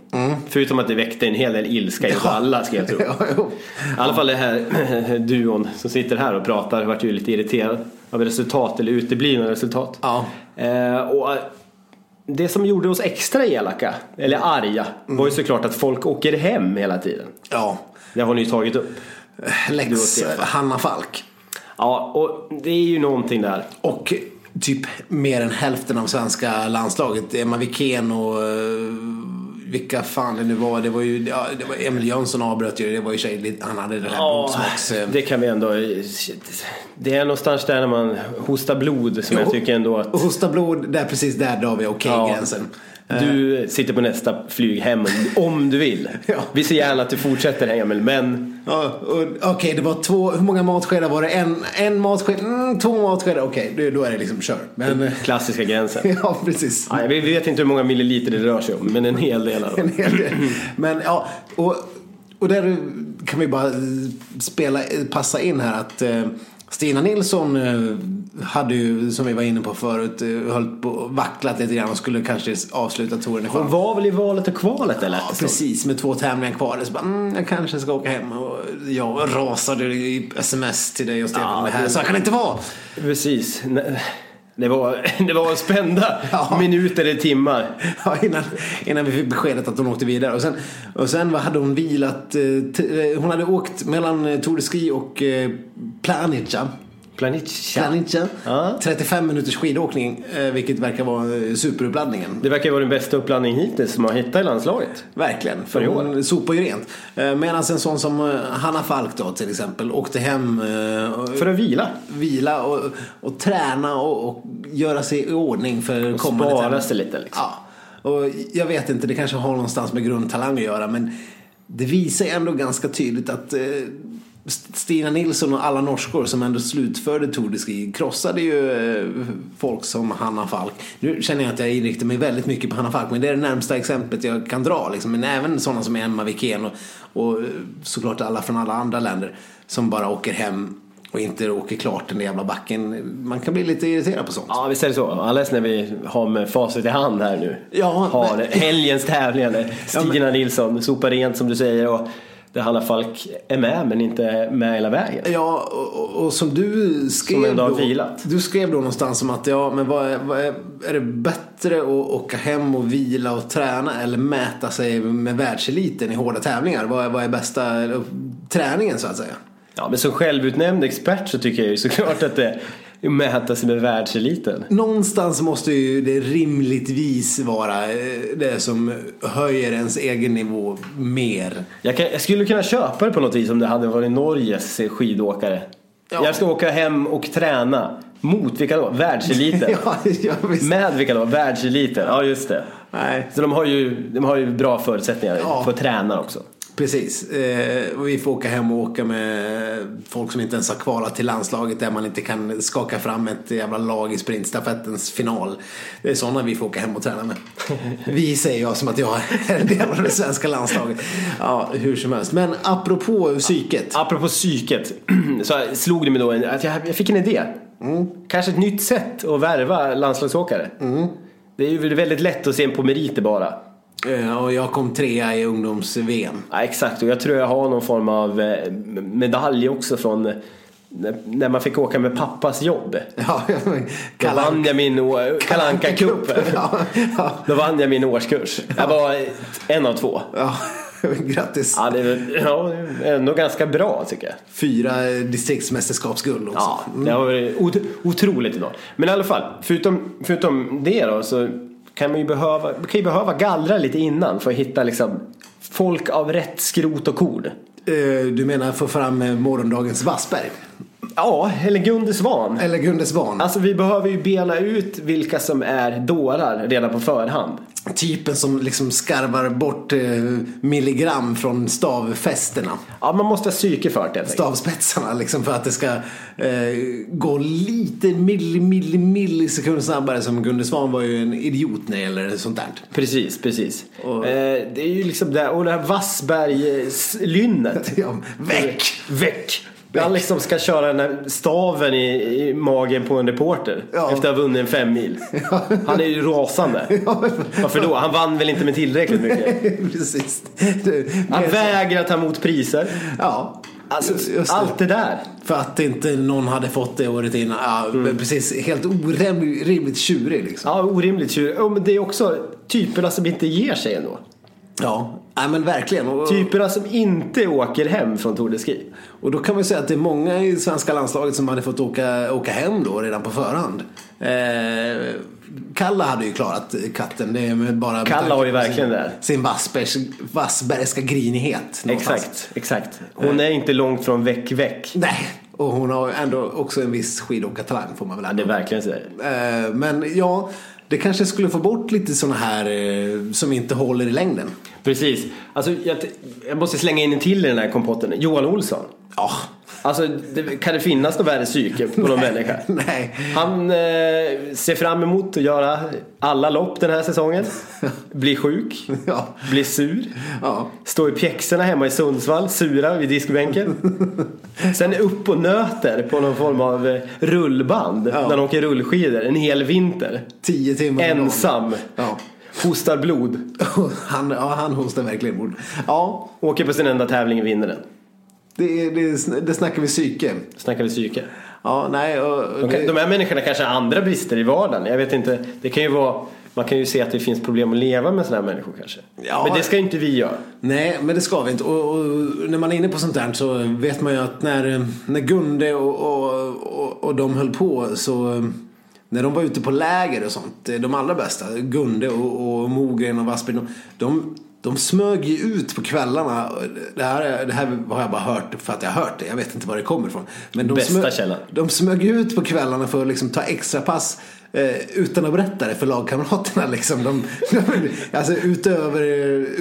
Speaker 2: Förutom att det väckte en hel del ilska inför alla ska jag tro.
Speaker 1: Mm. Ja, jo.
Speaker 2: I alla fall det här duon som sitter här och pratar vart ju lite irriterad av resultat eller uteblivna resultat.
Speaker 1: Ja.
Speaker 2: Eh, och eh, det som gjorde oss extra elaka, eller arga,
Speaker 1: Mm.
Speaker 2: var ju såklart att folk åker hem hela tiden.
Speaker 1: ja.
Speaker 2: Det har ni ju tagit upp. Du och
Speaker 1: Lex
Speaker 2: Stefan.
Speaker 1: Hanna Falk.
Speaker 2: Ja, och det är ju någonting där.
Speaker 1: Och typ mer än hälften av svenska landslaget. Emma Wikén och eh, vilka fan det nu var. Det var ju ja, det var Emil Jönsson avbröt ju. Det var ju tjej, lite- han hade det här
Speaker 2: Ja,
Speaker 1: blodsmaks... eh,
Speaker 2: det kan vi ändå... shit. Det är någonstans där när man hostar blod som jag
Speaker 1: Jo.
Speaker 2: tycker ändå att...
Speaker 1: Hosta blod, där precis där drar vi okej-gränsen.
Speaker 2: Du sitter på nästa flyg hem om du vill.
Speaker 1: Eh. Ja.
Speaker 2: Vi ser gärna att du fortsätter här Emil, men
Speaker 1: Ja, och- Okej, det var två, hur många matskedar var det? En, en matsked? Mm, två matskedar? Okej, det- då är det liksom kör. Men, eh,
Speaker 2: klassiska gränsen.
Speaker 1: ja, precis.
Speaker 2: Nej, vi vet inte hur många milliliter det rör sig om, men en hel del. av dem.
Speaker 1: En hel del. Men ja, och, och där kan vi bara spela, passa in här att eh, Stina Nilsson eh, hade ju, som vi var inne på förut, eh, höll på vacklat lite grann och skulle kanske avsluta touren i
Speaker 2: Hon
Speaker 1: sjön.
Speaker 2: var väl i valet och kvalet eller?
Speaker 1: Ja, precis, med två tävlingar kvar. Så bara, mm, jag kanske ska åka hem. Och jag rasade i sms till dig och Stefan.
Speaker 2: Ja,
Speaker 1: med det här,
Speaker 2: det-
Speaker 1: så här kan det inte vara.
Speaker 2: Precis. Nej, Det var, det var spända
Speaker 1: Ja.
Speaker 2: minuter eller timmar.
Speaker 1: Ja, innan, innan vi fick beskedet att hon åkte vidare. Och sen, och sen vad hade hon vilat? eh, t- eh, Hon hade åkt mellan eh, Tour de Ski och eh, Planica.
Speaker 2: Planitia.
Speaker 1: Planica.
Speaker 2: Ja.
Speaker 1: 35 minuters skidåkning, eh, vilket verkar vara eh, superuppladdningen.
Speaker 2: Det verkar ju vara den bästa uppladdning hittills som har hittat i landslaget.
Speaker 1: Verkligen, för
Speaker 2: i år.
Speaker 1: hon sopar ju rent. Medan en sån som eh, Hanna Falk då till exempel åkte hem eh, och
Speaker 2: För att vila.
Speaker 1: vila och, och träna och, och göra sig i ordning för kommande
Speaker 2: Spara
Speaker 1: tävling.
Speaker 2: sig lite liksom.
Speaker 1: Ja, och jag vet inte, det kanske har någonstans med grundtalang att göra men det visar ju ändå ganska tydligt att eh, St- Stina Nilsson och alla norskor som ändå slutförde Tour de Ski krossade ju eh, folk som Hanna Falk. Nu känner jag att jag inriktar mig väldigt mycket på Hanna Falk men det är det närmsta exemplet jag kan dra. Liksom. Men även sådana som Emma Wikén och, och eh, såklart alla från alla andra länder som bara åker hem och inte åker klart den där jävla backen. Man kan bli lite irriterad på sånt.
Speaker 2: Ja, vi säger så. Alldeles när vi har med facit i hand här nu.
Speaker 1: Ja,
Speaker 2: har
Speaker 1: men-
Speaker 2: helgens tävlingar. där Stina Nilsson sopar rent som du säger och där Hanna Falk är med men inte är med hela vägen.
Speaker 1: Ja, och, och- och som du skrev
Speaker 2: Som ändå har
Speaker 1: då,
Speaker 2: vilat.
Speaker 1: Du skrev då någonstans om att ja, men vad är, vad är, är det bättre att åka hem och vila och träna eller mäta sig med världseliten i hårda tävlingar? Vad är, vad är bästa eller, träningen så att säga?
Speaker 2: Ja, men som självutnämnd expert så tycker jag ju såklart att det är att mäta sig med världseliten.
Speaker 1: Någonstans måste ju det rimligtvis vara eh, det som höjer ens egen nivå mer.
Speaker 2: Jag, kan, jag skulle kunna köpa det på något vis om det hade varit Norges skidåkare.
Speaker 1: Ja.
Speaker 2: Jag ska åka hem och träna. Mot vilka då? Världseliten.
Speaker 1: ja, ja, visst.
Speaker 2: Med vilka då? Världseliten. Ja, just det.
Speaker 1: Nej.
Speaker 2: Så de har ju, de har ju bra förutsättningar
Speaker 1: Ja.
Speaker 2: för att träna också.
Speaker 1: Precis. Eh, och vi får åka hem och åka med folk som inte ens har kvalat till landslaget där man inte kan skaka fram ett jävla lag i sprintstafettens final. Det är sådana vi får åka hem och träna med. Vi säger jag som att jag är en del av det svenska landslaget. Ja, hur som helst. Men apropå psyket.
Speaker 2: Apropå psyket så slog det mig då en, att jag, jag fick en idé.
Speaker 1: Mm.
Speaker 2: Kanske ett nytt sätt att värva landslagsåkare. Det är ju väl väldigt lätt att se en på meriter bara.
Speaker 1: Eh, och jag kom trea i ungdoms-VM.
Speaker 2: Ja, exakt, och jag tror jag har någon form av eh, medalj också från eh, när- när man fick åka med pappas jobb.
Speaker 1: Ja,
Speaker 2: Då vann jag min å- Kalle Anka Cup.
Speaker 1: Ja, ja,
Speaker 2: Då vann jag min årskurs. Jag var eh, en av två.
Speaker 1: ja. Grattis.
Speaker 2: Ja, det är väl- ja, det är ändå ganska bra tycker jag.
Speaker 1: Fyra distriktsmästerskapsguld också.
Speaker 2: Ja, det har varit ot- otroligt idag. Men i alla fall, förutom, förutom det då så kan man ju behöva, man kan ju behöva gallra lite innan för att hitta liksom folk av rätt skrot och kord.
Speaker 1: Eh, Du menar få fram eh, morgondagens Wassberg?
Speaker 2: Ja, eller Gunde Svan.
Speaker 1: Eller Gunde Svan?
Speaker 2: Alltså vi behöver ju bena ut vilka som är dårar redan på förhand.
Speaker 1: typen som liksom skarvar bort eh, milligram från stavfästena.
Speaker 2: Ja, man måste ha psyke för det helt enkelt.
Speaker 1: Stavspetsarna liksom för att det ska eh, gå lite milli, milli, millisekund snabbare som Gunde Svan var ju en idiot när det gäller sånt där.
Speaker 2: Precis, precis.
Speaker 1: Och-
Speaker 2: Eh, det är ju liksom det, och det här Wassberg-lynnet.
Speaker 1: Ja, väck!
Speaker 2: Väck! Han liksom ska köra den här staven i, i magen på en reporter
Speaker 1: Ja.
Speaker 2: efter att ha vunnit en fem mil. Han är ju rasande. Varför då? Han vann väl inte med tillräckligt mycket?
Speaker 1: Precis. Du,
Speaker 2: Han
Speaker 1: det-
Speaker 2: vägrar ta emot priser.
Speaker 1: ja.
Speaker 2: Alltså,
Speaker 1: Just det.
Speaker 2: allt det där.
Speaker 1: För att inte någon hade fått det året innan. Ja,
Speaker 2: Mm.
Speaker 1: men Precis, helt orimligt tjurig liksom.
Speaker 2: Ja, orimligt tjurig. Ja, men det är också typerna som inte ger sig ändå.
Speaker 1: Ja, ja men verkligen. Och,
Speaker 2: Typerna som inte åker hem från Tour de Ski.
Speaker 1: och då kan man ju säga att det är många i svenska landslaget som hade fått åka, åka hem då redan på förhand. Eh, Kalla hade ju klarat katten. Det är med bara med
Speaker 2: Kalla
Speaker 1: tanke
Speaker 2: har ju
Speaker 1: på sin,
Speaker 2: verkligen det.
Speaker 1: Sin Wassbergs, Wassbergska grinighet. någonstans.
Speaker 2: Exakt, exakt. Hon är inte långt från väck, väck.
Speaker 1: Nej, och hon har ändå också en viss skidåkartalang får man väl
Speaker 2: Ja, det är verkligen så. där.
Speaker 1: Eh, Men ja, det kanske skulle få bort lite sådana här eh, som inte håller i längden.
Speaker 2: Precis. Alltså, jag, t- jag måste slänga in en till i den här kompotten. Johan Olsson.
Speaker 1: Ja.
Speaker 2: Alltså, det, kan det finnas något värre psyke på någon människa?
Speaker 1: Nej.
Speaker 2: Han eh, ser fram emot att göra alla lopp den här säsongen. Bli sjuk.
Speaker 1: Ja.
Speaker 2: Bli sur.
Speaker 1: Ja.
Speaker 2: Stå i pjäxorna hemma i Sundsvall, sura vid diskbänken. Sen upp och nöter på någon form av eh, rullband
Speaker 1: Ja.
Speaker 2: när de åker rullskidor en hel vinter.
Speaker 1: Tio timmar om dagen.
Speaker 2: Ensam.
Speaker 1: Ja.
Speaker 2: Hostar blod.
Speaker 1: Han, ja, han hostar verkligen bord. Ja,
Speaker 2: Åker på sin enda tävling och vinner den.
Speaker 1: det, är- det, är- det snackar vi psyke.
Speaker 2: Snackar vi psyke.
Speaker 1: Ja, nej. Och, och
Speaker 2: De, kan-
Speaker 1: det-
Speaker 2: de här människorna kanske har andra brister i vardagen. Jag vet inte. Det kan ju vara, man kan ju se att det finns problem att leva med sådana här människor kanske.
Speaker 1: Ja.
Speaker 2: Men det ska ju inte vi göra.
Speaker 1: Nej, men det ska vi inte. Och, och när man är inne på sånt där så vet man ju att när, när Gunde och, och, och, och de höll på så när de var ute på läger och sånt, de allra bästa, Gunde och, och Mogren och Wassberg, de, de, de smög ju ut på kvällarna. Det här, är- det här har jag bara hört för att jag har hört det, jag vet inte var det kommer ifrån. Men de
Speaker 2: Bästa
Speaker 1: smö-
Speaker 2: källan.
Speaker 1: de smög ju ut på kvällarna för att liksom ta extra pass eh, utan att berätta det för lagkamraterna. Liksom. De, alltså, utöver,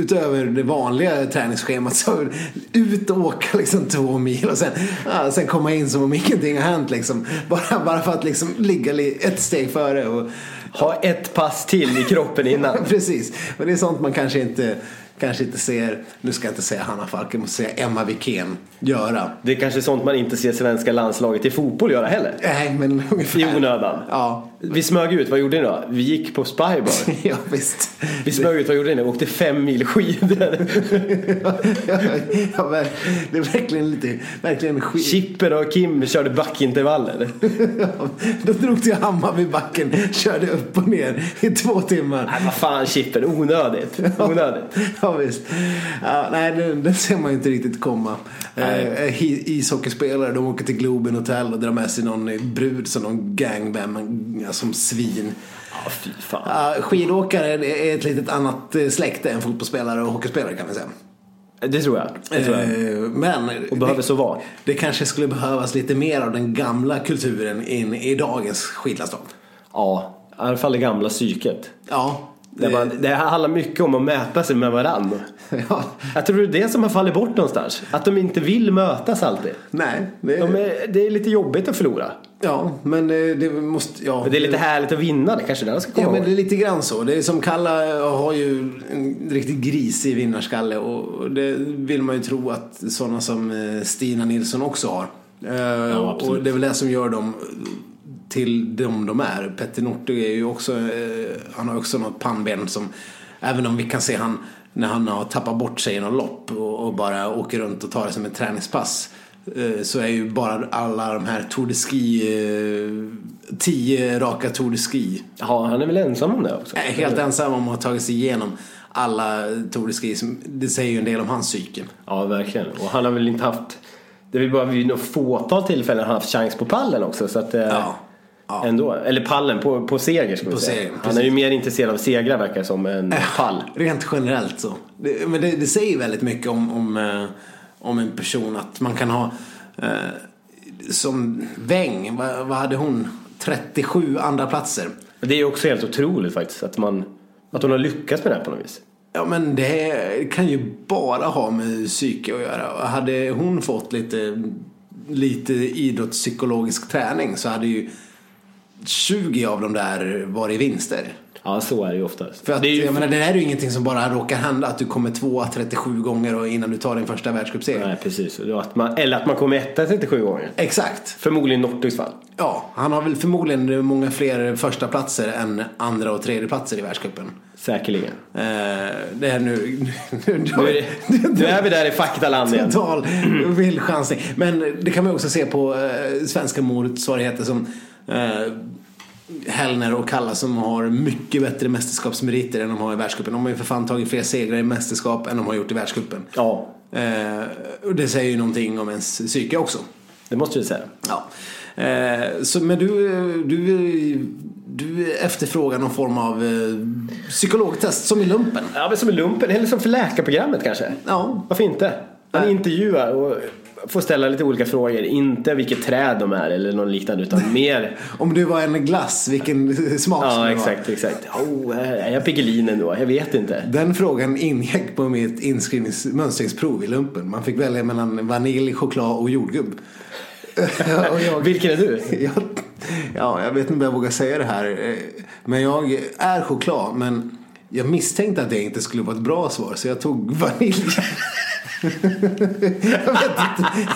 Speaker 1: utöver det vanliga träningsschemat så ut och åka liksom, två mil och sen, ja, sen komma in som om ingenting har hänt. Liksom. Bara, bara för att liksom, ligga li- ett steg före. Och,
Speaker 2: Ha ett pass till i kroppen innan.
Speaker 1: precis, men det är sånt man kanske inte, kanske inte ser, nu ska jag inte säga Hanna Falk, jag måste säga Emma Wikén göra.
Speaker 2: Det är kanske sånt man inte ser svenska landslaget i fotboll göra heller.
Speaker 1: Nej, men ungefär.
Speaker 2: I onödan.
Speaker 1: Ja,
Speaker 2: Vi smög ut, vad gjorde ni då? Vi gick på Spybar.
Speaker 1: ja visst.
Speaker 2: Vi smög ut, vad gjorde ni? Vi åkte fem mil skidor.
Speaker 1: ja, men det är verkligen lite, verkligen skit.
Speaker 2: Chippen och Kim körde backintervaller.
Speaker 1: De drog till Hammarbybacken, körde upp och ner i två timmar.
Speaker 2: Nej, vad fan Chippen, onödigt. Onödigt.
Speaker 1: Ja visst. Ja, nej, den, den ser man ju inte riktigt komma.
Speaker 2: Nej.
Speaker 1: Eh, hi- ishockeyspelare, de åker till Globen Hotel och drar med sig någon eh, brud som någon gangbang, ja, som svin.
Speaker 2: Ja, fy fan.
Speaker 1: Ja, skidåkare är ett litet annat eh, släkte än fotbollsspelare och hockeyspelare kan man säga.
Speaker 2: Det tror jag. Det tror jag.
Speaker 1: Eh, Men
Speaker 2: Och behöver så vara.
Speaker 1: Det kanske skulle behövas lite mer av den gamla kulturen in i dagens skidlandskap.
Speaker 2: Ja, i alla fall det gamla psyket.
Speaker 1: Ja.
Speaker 2: Där man, det här handlar mycket om att mäta sig med varann.
Speaker 1: ja.
Speaker 2: Jag tror det är det som har fallit bort någonstans. Att de inte vill mötas alltid.
Speaker 1: Nej. Det,
Speaker 2: De är, det är lite jobbigt att förlora.
Speaker 1: Ja, men eh, det måste... Ja,
Speaker 2: Men det är lite härligt att vinna. Det kanske är det de ska komma
Speaker 1: Ja, men
Speaker 2: ihåg.
Speaker 1: det är lite grann så. Det är som Kalla har ju en riktigt grisig vinnarskalle och det vill man ju tro att sådana som eh, Stina Nilsson också har. Eh,
Speaker 2: absolut.
Speaker 1: och det är väl det som gör dem till de de är. Petter Northug är ju också, eh, han har också något pannben som, även om vi kan se han när han har tappat bort sig i någon lopp och, och bara åker runt och tar det som ett träningspass. eh, Så är ju bara alla de här Tour de Ski, eh, tio raka Tour de Ski
Speaker 2: Ja, han är väl ensam om det också.
Speaker 1: är helt ensam om att ha tagit sig igenom alla Tour de Ski. som- Det säger ju en del om hans psyke.
Speaker 2: Ja, verkligen. Och han har väl inte haft... Det är väl bara vid något fåtal tillfällen han har haft chans på pallen också. Så att, eh,
Speaker 1: Ja. Ja.
Speaker 2: Ändå. Eller pallen, på, på seger ska vi
Speaker 1: På
Speaker 2: säga.
Speaker 1: segern,
Speaker 2: han är ju mer intresserad av segrar verkar det som än pall.
Speaker 1: Rent generellt så. Det, men det, det säger väldigt mycket om, om, eh, om en person att man kan ha eh, som Weng, vad, vad hade hon? 37 andra platser.
Speaker 2: Det är ju också helt otroligt faktiskt att man, Att hon har lyckats med det här på något vis.
Speaker 1: Ja men det kan ju bara ha med psyke att göra. Hade hon fått lite, lite idrottspsykologisk träning så hade ju 20 av de där varit vinster.
Speaker 2: Ja, så är det ju oftast.
Speaker 1: För att,
Speaker 2: det är ju,
Speaker 1: jag menar, det där är ju ingenting som bara råkar hända att du kommer tvåa 37 gånger och innan du tar din första världscupseger.
Speaker 2: nej, precis. Och Att man, eller att man kommer etta 37 gånger.
Speaker 1: Exakt.
Speaker 2: Förmodligen Northugs fall.
Speaker 1: Ja, han har väl förmodligen många fler första platser än andra och tredje platser i världscupen.
Speaker 2: Säkerligen.
Speaker 1: Eh, det är nu... nu, nu,
Speaker 2: Nu är, det, nu är vi där i faktaland igen.
Speaker 1: Total vild chansning. Men det kan man ju också se på eh, svenska motsvarigheter som eh, Hellner och Kalla som har mycket bättre mästerskapsmeriter än de har i världscupen. De har ju för fan tagit fler segrar i mästerskap än de har gjort i världscupen.
Speaker 2: Ja,
Speaker 1: Eh, och det säger ju någonting om ens psyke också.
Speaker 2: det måste vi säga.
Speaker 1: Ja. Eh, så, men du, du, eh, du efterfrågar någon form av eh, psykologtest som i lumpen.
Speaker 2: Ja, men som i lumpen, eller som för läkarprogrammet kanske.
Speaker 1: Ja,
Speaker 2: Varför inte? Man
Speaker 1: Nej.
Speaker 2: intervjuar och får ställa lite olika frågor. Inte vilket träd de är eller något liknande utan mer.
Speaker 1: om du var en glass, vilken smak skulle
Speaker 2: Ja,
Speaker 1: det vara?
Speaker 2: exakt, exakt. Oh, här är jag Piggelin ändå? Jag vet inte.
Speaker 1: Den frågan ingick på mitt inskrivnings- mönstringsprov i lumpen. Man fick välja mellan vanilj, choklad och jordgubb. och jag,
Speaker 2: Vilken är du?
Speaker 1: jag, ja, jag vet inte om jag vågar säga det här. eh, Men jag är choklad. Men jag misstänkte att det inte skulle vara ett bra svar så jag tog vanilj. jag, vet inte,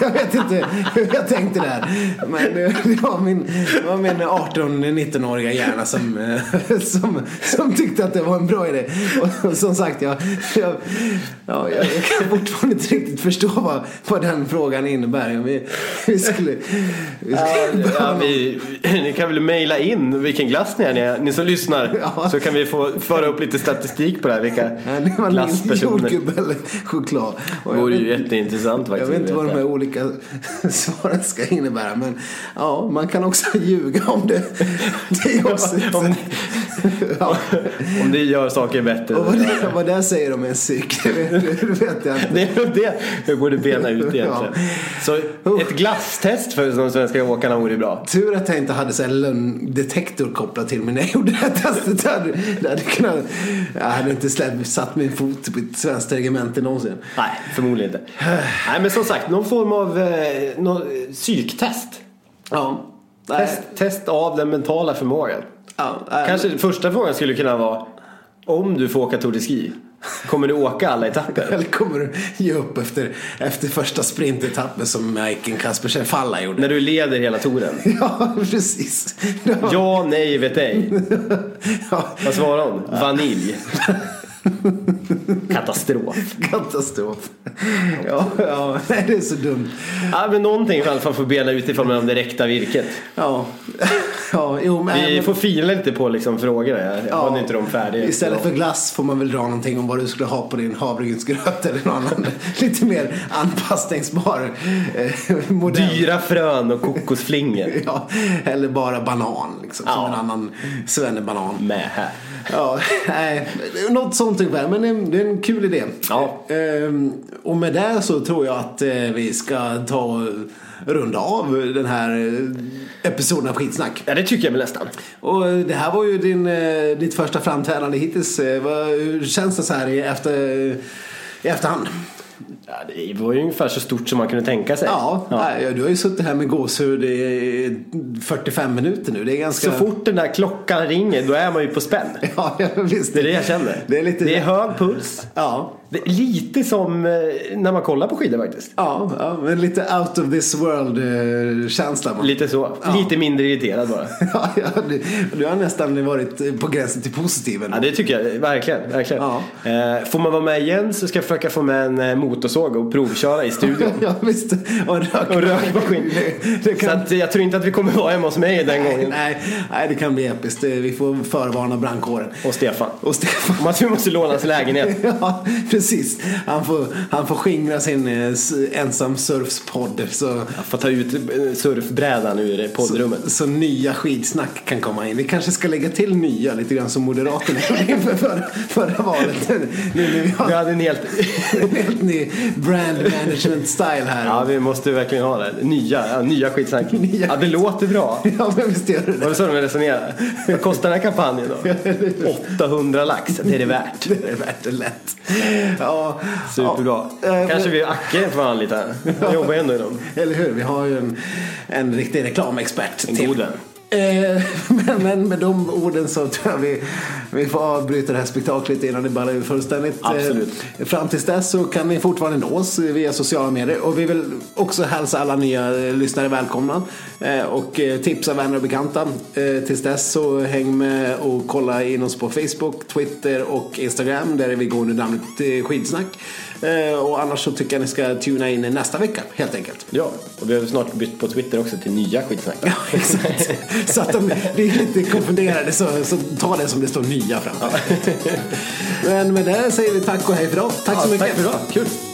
Speaker 1: jag vet inte hur jag tänkte där. Men eh, det var min, det var min 18-19-åriga hjärna som, eh, som, som tyckte att det var en bra idé. Och som sagt, jag, jag, ja, jag, jag kan fortfarande inte riktigt förstå vad, vad den frågan innebär. Vi, vi skulle... Vi skulle
Speaker 2: Ja, vi, ni kan väl mejla in vilken glass ni är, ni, ni som lyssnar.
Speaker 1: Ja.
Speaker 2: Så kan vi få föra upp lite statistik på det här. Vilka
Speaker 1: Ja, det var min
Speaker 2: glasspersoner.
Speaker 1: jordgubb eller choklad.
Speaker 2: Det
Speaker 1: Och jag
Speaker 2: vore ju
Speaker 1: vet- Jag
Speaker 2: jätteintressant faktiskt.
Speaker 1: vet inte
Speaker 2: att
Speaker 1: vad de
Speaker 2: veta.
Speaker 1: här olika svaren ska innebära men ja, man kan också ljuga om det. Det är också...
Speaker 2: Om-
Speaker 1: ja.
Speaker 2: Om det gör saker bättre.
Speaker 1: Och vad det, vad det säger om en psyk, det vet, det vet jag inte.
Speaker 2: Det är nog det vi borde bena ut egentligen. Så ett glasstest för de svenska åkarna vore bra.
Speaker 1: Tur att jag inte hade så här lönndetektor kopplad till mig när jag gjorde det här testet. Jag hade, jag hade, kunnat, jag hade inte släppt, satt min fot på ett svenskt regemente någonsin.
Speaker 2: Nej, förmodligen inte. Nej, men som sagt, någon form av eh, nå- psyktest.
Speaker 1: Ja.
Speaker 2: Test,
Speaker 1: Nej.
Speaker 2: test av den mentala förmågan.
Speaker 1: Ja, nej.
Speaker 2: Kanske den första frågan skulle kunna vara om du får åka Tour de Ski, kommer du åka alla etapper?
Speaker 1: Eller kommer du ge upp efter, efter första sprintetappen som Majken Kaspersen Falla gjorde?
Speaker 2: När du leder hela touren?
Speaker 1: Ja, precis. Ja.
Speaker 2: Ja, nej, vet ej.
Speaker 1: Ja.
Speaker 2: Vad svarar hon? Vanilj. Katastrof.
Speaker 1: Katastrof. Ja, ja, nej, det är så dumt.
Speaker 2: Ja, men någonting i alla fall får bena ut ifall man om det räkta virket.
Speaker 1: Ja, ja jo, men,
Speaker 2: Vi får fila lite på liksom frågorna. Jag
Speaker 1: ja,
Speaker 2: har inte dem färdiga.
Speaker 1: Istället för glass får man väl dra någonting om vad du skulle ha på din havregrynsgröt eller någon annan lite mer anpassningsbar eh, modell.
Speaker 2: Dyra frön och kokosflingor
Speaker 1: Ja, eller bara banan liksom, som
Speaker 2: Ja.
Speaker 1: en annan svennebanan.
Speaker 2: med här.
Speaker 1: Ja, nej, något sånt ungefär. Men det är en- det är en kul idé.
Speaker 2: Ja.
Speaker 1: Ehm, och med det så tror jag att eh, vi ska ta och runda av den här eh, episoden av Skitsnack.
Speaker 2: Ja, det tycker jag väl nästan.
Speaker 1: Och eh, det här var ju din, eh, ditt första framträdande hittills. Eh, vad- Hur känns det så här i, efter, i efterhand?
Speaker 2: Ja, det var ju ungefär så stort som man kunde tänka sig.
Speaker 1: Ja, Nej, du har ju suttit här med gåshud i i 45 minuter nu. Det är ganska...
Speaker 2: Så fort den där klockan ringer, då är man ju på spänn.
Speaker 1: Ja, visst.
Speaker 2: Det är det jag känner.
Speaker 1: Det är lite...
Speaker 2: det är hög puls.
Speaker 1: Ja.
Speaker 2: Det är lite som eh, när man kollar på skidor faktiskt.
Speaker 1: Ja, ja, men lite out of this world-känsla. man.
Speaker 2: Lite så. Lite mindre irriterad bara.
Speaker 1: Ja, ja, du, du har nästan varit eh, på gränsen till positiv ändå.
Speaker 2: Ja, det tycker jag. Verkligen. verkligen.
Speaker 1: Ja.
Speaker 2: Eh, får man vara med igen så ska jag försöka få med en eh, motorsåg och provköra i studion.
Speaker 1: Ja, visst. Och rök.
Speaker 2: Och rökmaskin.
Speaker 1: Det, det
Speaker 2: Så
Speaker 1: kan,
Speaker 2: att jag tror inte att vi kommer vara hemma hos mig den gången.
Speaker 1: nej, nej, det kan bli episkt. Det- Vi får förvarna brandkåren.
Speaker 2: Och Stefan.
Speaker 1: Och Stefan.
Speaker 2: Om att vi måste låna hans lägenhet.
Speaker 1: Ja, precis. Han får, han får skingra sin eh, s- ensam surfspodd så,
Speaker 2: Jag får ta ut eh, surfbrädan ur poddrummet.
Speaker 1: så nya skidsnack kan komma in. Vi kanske ska lägga till nya lite grann som Moderaterna gjorde inför förra, förra valet. Nu, nu, vi
Speaker 2: Vi
Speaker 1: har
Speaker 2: hade en helt...
Speaker 1: en helt ny brand management style här.
Speaker 2: Ja,
Speaker 1: Ja,
Speaker 2: vi måste verkligen ha det. Nya, ja, nya skitsnack.
Speaker 1: Nya
Speaker 2: Ja, det låter bra.
Speaker 1: men visst gör det
Speaker 2: Var
Speaker 1: det.
Speaker 2: det så de resonerade? Vad kostar den här kampanjen då? 800 lax, det är det värt.
Speaker 1: Det är värt det lätt. Ja,
Speaker 2: Superbra.
Speaker 1: Ja, eh,
Speaker 2: Kanske vi Acke får anlita. Han jobbar ju ändå inom.
Speaker 1: Eller hur? Vi har ju en, en riktig reklamexpert.
Speaker 2: En
Speaker 1: till.
Speaker 2: god vän.
Speaker 1: Eh, men, men med de orden så tror jag vi, vi får avbryta det här spektaklet innan det ballar ur fullständigt.
Speaker 2: Absolut.
Speaker 1: Eh, fram tills dess så kan ni fortfarande nås via sociala medier. Och vi vill också hälsa alla nya eh, lyssnare välkomna. Eh, och eh, tipsa vänner och bekanta. Eh, tills dess så häng med och kolla in oss på Facebook, Twitter och Instagram. Där vi går under namnet eh, Skidsnack. Eh, och annars så tycker jag ni ska tuna in nästa vecka helt enkelt.
Speaker 2: Ja, och vi har snart bytt på Twitter också till nya skitsnack.
Speaker 1: Ja, exakt. Så att de blir lite konfunderade så, så ta det som det står nya framför. Men med det säger vi tack och hej för idag. Tack så mycket.
Speaker 2: Tack för idag, kul!